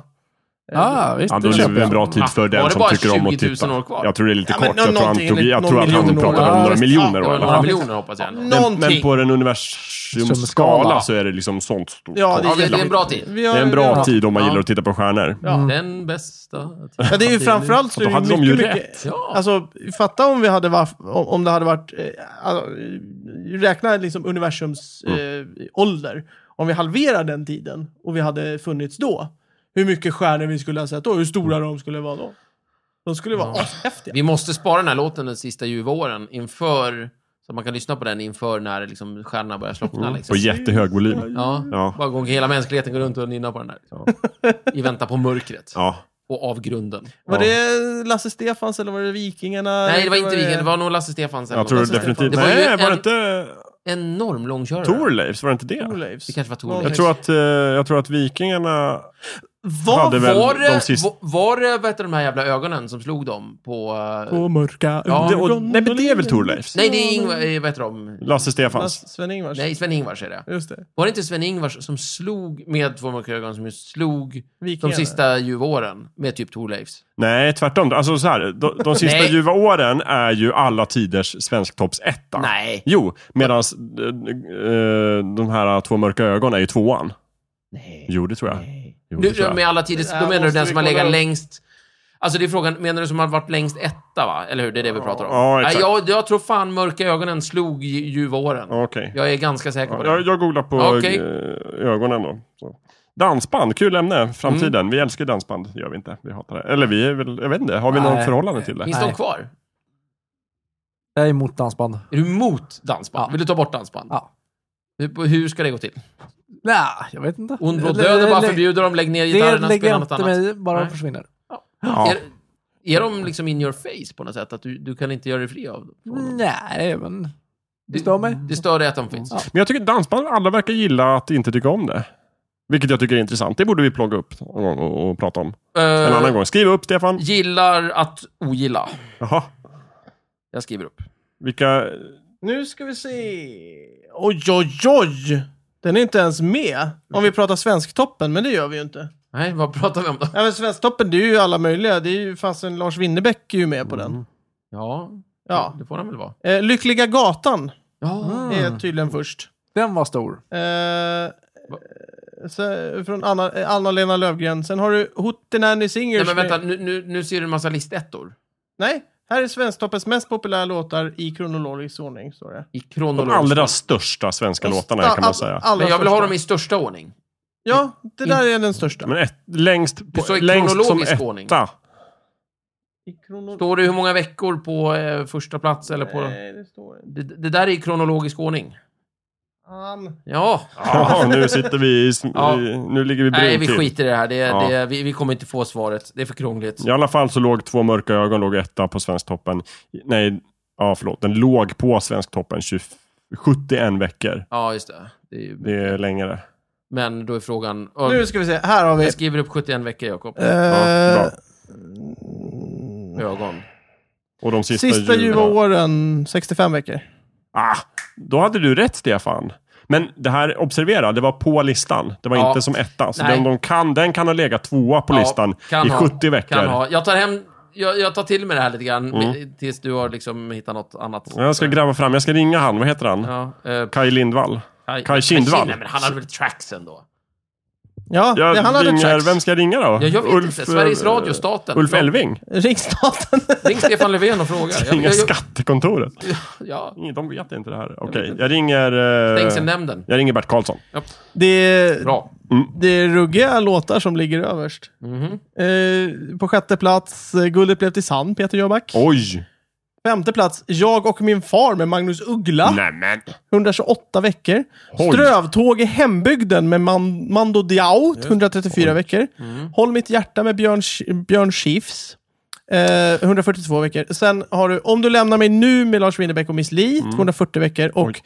Ja, visst,
Ja, då
det
lever
köper
vi en
jag.
bra tid för
Ah, var
den
det
som
bara
tycker om att
20 000
titta.
år kvar?
Jag tror det är lite
Ja, men
kort. Jag tror, han
någonting,
tog, i- jag
någon
tror att han
miljon år.
pratar om
Ja,
några
visst.
miljoner
Det
år.
var
eller?
några
Ja.
miljoner hoppas jag ändå.
Men, men
Någonting.
på den
Som
universumskala
skala.
så är det liksom sånt stort.
Ja,
Ja, det det är en bra tid.
Vi
Det
har-
är en bra
ja.
tid om man
Ja.
gillar att titta på stjärnor.
Ja.
Den bästa...
Ja, det är ju framförallt så
Då
är det
hade de
mycket,
ju
mycket...
rätt.
Ja.
Alltså, fatta om vi hade varit, om om det hade varit, eh, alltså, räkna liksom universums
Mm.
eh, ålder. Om vi halverar den tiden och vi hade funnits då, hur mycket stjärnor vi skulle ha sett då, hur stora de skulle vara då. De skulle vara ashäftiga.
Vi måste spara den här låten den sista ljuva åren inför... Så att man kan lyssna på den inför när liksom stjärnorna börjar slockna.
På
Liksom.
jättehög volym.
Ja.
Mm. Ja.
Bara gång hela mänskligheten går runt och nynnar på den där. liksom. I väntan på mörkret
Ja.
och avgrunden.
Var det Lasse Stefans eller var det Vikingarna?
Nej, det var inte Vikingarna. Det
det
var nog Lasse Stefanz.
Jag tror
Lasse
definitivt...
Stefan.
alltså, Det var ju
Nej, var det
en-
inte
Enorm långkörare.
Thorleifs? Var det inte det?
Thorleifs.
Det kanske var Thorleifs.
Jag tror att, eh, jag tror att vikingarna...
Vad
hade väl
var det,
de sist-
var, var det vet du, de här jävla ögonen som slog dem på... eh,
på mörka
Ja.
Det, och, nej, men det är väl Thorleifs?
Nej, det är Ingvar... eh, Vad heter de?
Lasse Stefans.
Sven-Ingvars.
Nej, Sven-Ingvars är det.
Just det.
Var det inte Sven-Ingvars som slog med två mörka ögon som just slog de
Vikingarna.
sista ljuvåren med typ Thorleifs?
Nej, tvärtom. Alltså så här, de, de sista
Nej.
ljuva åren är ju alla tiders svensktoppsetta.
Nej.
Jo, medan de här två mörka ögonen är ju tvåan.
Nej.
Jo, det tror jag. Jo, det
Nu,
tror jag.
med alla tiders,
Det här
då menar du
måste
den
vi
som har legat
kolla upp.
längst... Alltså det är frågan, menar du som har varit längst etta va? Eller hur? Det är det vi pratar om.
Ja,
Nej,
exakt.
jag, jag tror fan mörka ögonen slog ju- ljuva åren.
Okej.
Jag är ganska säker på det.
Jag, jag googlar på
Okej.
eh, ögonen då. Så. Dansband, kul ämne. Framtiden.
Mm.
Vi älskar ju dansband. Det gör vi inte. Vi hatar det. Eller vi är väl, jag vet inte. Har vi något
Nej.
förhållande till det?
Finns de
Nej.
kvar?
Jag är emot dansband.
Är du emot dansband?
Ja.
Vill du ta bort dansband?
Ja.
Hur, hur ska det gå till?
Nej, jag vet inte.
Ond, blod,
Eller-
död och bara
eller-
förbjuder dem, lägg ner
Det
gitarrerna,
lägger
spela
jag
något
inte
annat.
mig i, bara
Nej.
de försvinner.
Ja.
Är, är de liksom in your face på något sätt? Att du, du kan inte göra dig fri av från dem?
Nej, men... Det stör mig.
Det stör dig att de finns?
Mm. Ja.
Men jag tycker dansband, alla verkar gilla att inte tycka om det. Vilket jag tycker är intressant. Det borde vi plocka upp någon gång och, och prata om.
Eh,
En annan gång. Skriv upp, Stefan.
Gillar att ogilla.
Jaha.
Jag skriver upp.
Vilka...
Nu ska vi se. Oj, oj, oj! Den är inte ens med. Om vi pratar Svensktoppen, men det gör vi ju inte.
Nej, vad pratar vi om då?
Ja, men Svensktoppen, det är ju alla möjliga. Det är ju fasen Lars Winnerbäck är ju med på den.
Ja,
Ja.
det får han väl vara.
Eh, Lyckliga Gatan
Mm.
Ja.
är tydligen först.
Den var stor.
Eh, så, från Anna- eh, Anna-Lena Lövgren. Sen har du Hootenanny Singers.
Nej, men
med-
vänta, nu, nu, nu ser du en massa listettor.
Nej, här är Svensktoppens mest populära låtar i kronologisk ordning, står det.
I
De
kronologisk
allra största svenska låtarna kan man säga.
Allra
Men jag vill
största.
ha dem i största ordning.
Ja, det där
Mm.
är den största.
Men ett, längst, på,
Du sa i
längst som
kronologisk
etta.
ordning.
I kronor...
Står det hur många veckor på eh, första plats eller på...
Nej, det står inte.
Det, det där är i kronologisk ordning.
Fan.
Ja.
Ja, [LAUGHS] nu sitter vi i, sm-
Ja.
i- Nu ligger vi brunt
Nej, vi
till.
skiter i det här. Det,
Ja.
det, vi, vi kommer inte få svaret. Det är för krångligt.
I alla fall så låg Två mörka ögon låg etta på Svensktoppen. Nej, ja förlåt. Den låg på Svensktoppen 20, 71 veckor.
Ja, just det. det är ju...
Det är längre.
Men då är frågan... Ja,
Nu ska vi se, här har vi...
Jag skriver upp 71 veckor, Jakob.
Ja, bra.
Eh,
Ögon.
Och de sista,
sista
julen-
ljuva åren, 65 veckor.
Ah, då hade du rätt Stefan. Men det här, observera, det var på listan. Det var
Ja.
inte som etta. Så
Nej.
den, de kan, den kan ha legat tvåa på
Ja,
listan
kan
i
ha.
70 veckor.
Kan ha. Jag tar hem... Jag, jag tar till mig det här lite grann
Mm.
eh, tills du har liksom hittat något annat.
Jag ska gräva fram, jag ska ringa han, vad heter han?
Ja, eh,
Kaj Lindvall?
Kaj-
Kaj Kindvall.
Nej, men han hade väl tracks ändå?
Ja,
Jag
det, han hade
ringer,
tracks.
vem ska jag ringa då? eh,
Ja, jag vet inte. Sveriges Radio, staten.
Ulf Elving?
Riksdaten. [LAUGHS]
Ring Stefan Löfven och fråga. Jag-
Ringa
jag- jag-
skattekontoret?
Ja,
Ingen, de vet inte det här. Okej, jag ringer... eh,
Stängselnämnden.
jag ringer Bert Karlsson.
Det är,
Bra.
det är ruggiga låtar som ligger överst.
Mhm.
Eh, på sjätte plats, eh, Guldet blev till sand, Peter Jöback.
Oj!
Femte plats, Jag och min far med Magnus Uggla.
Nämen!
128 veckor.
Oj.
Strövtåg i hembygden med Man- Mando Diao, 134 veckor.
Mm.
Håll mitt hjärta med Björn, Sch- Björn Schiffs, eh, 142 veckor. Sen har du Om du lämnar mig nu med Lars Winnerbäck och Miss Li,
Mm.
240 veckor. Och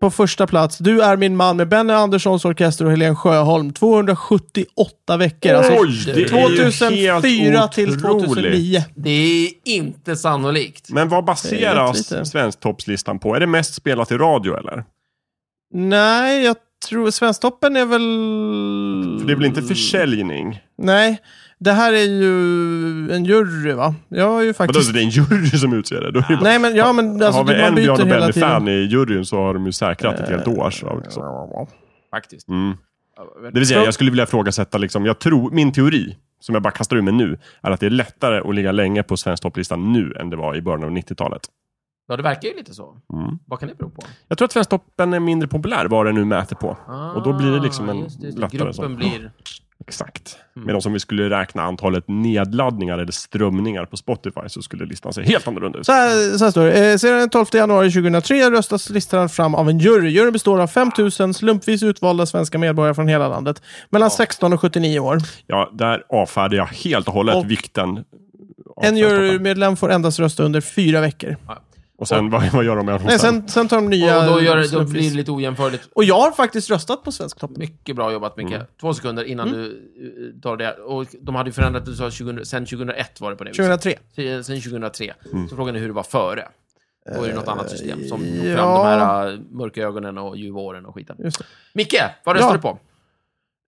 på första plats, Du är min man med Benny Anderssons orkester och Helene Sjöholm, 278 veckor.
Oj! Det är ju helt
2004 till
otroligt.
2009.
Det är inte sannolikt.
Men vad
Det är lite.
baseras Svensktoppslistan på? Är det mest spelat i radio eller?
Nej, jag tror Svensktoppen är väl...
För det är väl inte försäljning?
Nej, det här är ju en jury va? Jag har ju
Vadå,
faktiskt...
det är en jury som utser det? Då är det
Nej men, ja men alltså,
har vi
det- man
en Björn
byter
och
hela tiden. Eh,
Benny-fan i juryn så har de ju säkrat ett helt års. av, Liksom.
Faktiskt.
Mm. Det vill säga, jag skulle vilja ifrågasätta, liksom, jag tror, min teori, som jag bara kastar ur mig nu, är att det är lättare att ligga länge på svensk topplistan nu än det var i början av 90-talet.
Ja, det verkar ju lite så.
Mm.
Vad kan det bero på?
Jag tror att Svensktoppen är mindre populär, vad det nu mäter på. och då blir det liksom en
Ah, just det, just det.
lättare
Gruppen
sak.
blir...
Exakt. Medan om vi skulle räkna antalet nedladdningar eller strömningar på Spotify så skulle listan se helt annorlunda ut.
Så här, så här står det. Eh, sedan den 12 januari 2003 röstas listan fram av en jury. Juryn består av 5 000 slumpvis utvalda svenska medborgare från hela landet. Mellan 16 och 79 år.
Ja, där avfärdar jag helt och hållet
Och-
vikten. av
En
Svensktoppen.
jurymedlem får endast rösta under fyra veckor.
Och sen, vad, vad gör de med honom
Nej,
sen?
sen, sen tar de
Och
nya
då, gör, det- då
slumpvis.
blir det lite ojämförligt.
Och jag har faktiskt röstat på Svensktoppen.
Mycket bra jobbat, Micke.
Mm.
Två sekunder innan du eh, tar det. Och de hade ju förändrat, du sa 2000, sen 2001 var det på det viset.
2003.
Sen 2003.
Mm.
Så frågan är hur det var före. Då är det något
Eh,
annat system som tog fram
ja.
de här eh, mörka ögonen och ljuva åren och skiten.
Just det.
Micke, vad röstar
Ja.
du på?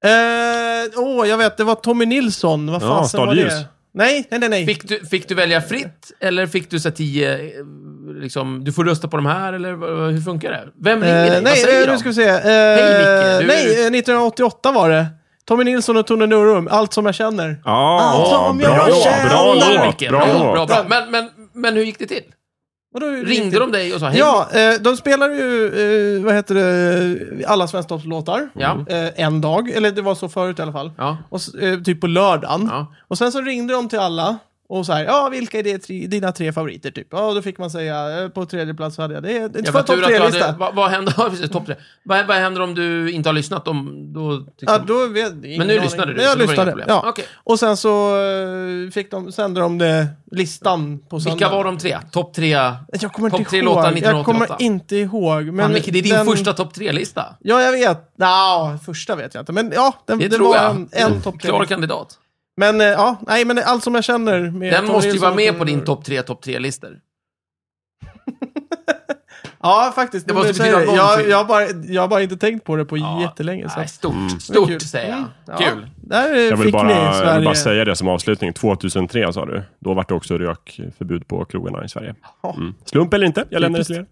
Eh, Åh, jag vet. Det var Tommy Nilsson. Vad
Ja,
fasen var
Stadljus.
det? Nej, nej, nej. nej.
Fick du, fick du välja fritt eller fick du så här tio, eh, liksom, du får rösta på de här eller vad- hur funkar det? Vem ringer dig?
Eh,
vad
nej,
säger
eh,
de?
nu ska vi se. Eh,
Micke, du-
nej, eh, 1988 var det. Tommy Nilsson och Tone Norum, Allt som jag känner.
Ja,
Allt som
Ah, bra,
jag känner.
bra låt.
Micke,
Bra
bra, bra,
låt.
bra. Men, men, men hur gick det till?
Vadå,
Ringde de dig och sa hej?
Ja, eh, de spelar ju, eh, vad heter det, alla Svensktoppslåtar.
Ja.
Eh, en dag, eller det var så förut i alla fall.
Ja.
Och, s- eh, typ på lördagen.
Ja.
Och sen så ringde de till alla och så här, ja vilka är det tre, dina tre favoriter typ? Ja, och då fick man säga, eh, på tredje plats hade jag det. Det är
Jag
för
var
topp
tur att du
tre-lista.
hade, vad, vad, händer, [LAUGHS] ja, precis, topp tre. vad, vad händer om du inte har lyssnat? Om, då, liksom,
Ja, då vet ingen
Men nu
aning.
lyssnade du,
Men
så
Jag
det var inga
lyssnade,
problem.
ja.
Okej.
Och sen så eh, fick de, sände de det, listan på söndagen.
vilka var de tre? Topp tre?
Jag kommer
Topp
inte
tre
ihåg.
låtar
jag
1988.
kommer inte ihåg. Men
Fan, Micke, det är din
den-
första topp tre-lista.
Ja, jag vet. Nå, första vet jag inte. Men ja, den,
Det
det
tror
var
jag.
en, en topp tre.
Klar kandidat.
Men eh, ja, nej, men allt som jag känner. Med
Den
Tom
måste ju
Nilsson
vara med
och-
på din topp tre, topp tre-listor.
Ja, faktiskt.
Det
Det
måste
måste
betyda
det. Jag,
någonting.
jag, har bara, jag har bara inte tänkt på det på jättelänge. Så.
Nej, stort,
Kul.
stort säger jag.
Mm, ja.
Kul.
Där eh,
Jag vill,
fick
bara,
ni
jag vill
Sverige.
bara säga det som avslutning. 2003 sa du. Då var det också rökförbud på krogarna i Sverige. Mm. Slump eller inte, jag lämnar det till er.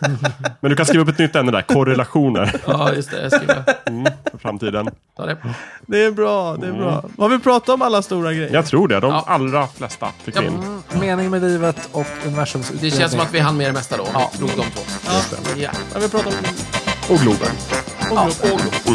Mm. Men du kan skriva upp ett nytt ämne där. Korrelationer
Ja, just det. Jag skriver.
mm. för framtiden.
Ta det.
Det är bra, det är
Mm.
bra. Har vi pratat om alla stora grejer?
Jag tror det. De
Ja.
allra flesta fick in.
Mening med livet och universums
Det känns som att vi hann med det mesta då. Ja. Vi drog de två.
Ja.
Ja.
Har vi pratat om...
Och Globen.
Ja. Och,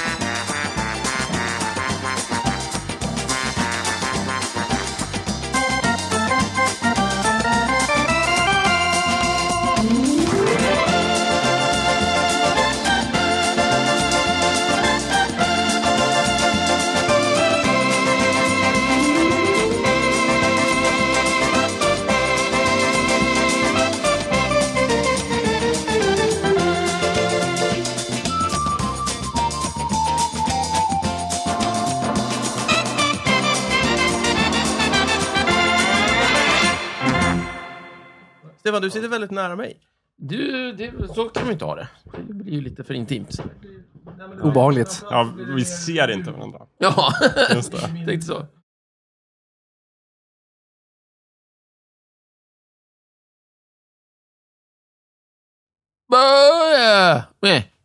Stefan, du sitter väldigt nära mig.
Du, det, så kan man inte ha det. Det blir ju lite för intimt.
Obehagligt.
Ja, vi ser inte varandra.
Ja,
Just det.
[LAUGHS] tänkte så. Börja! Nej.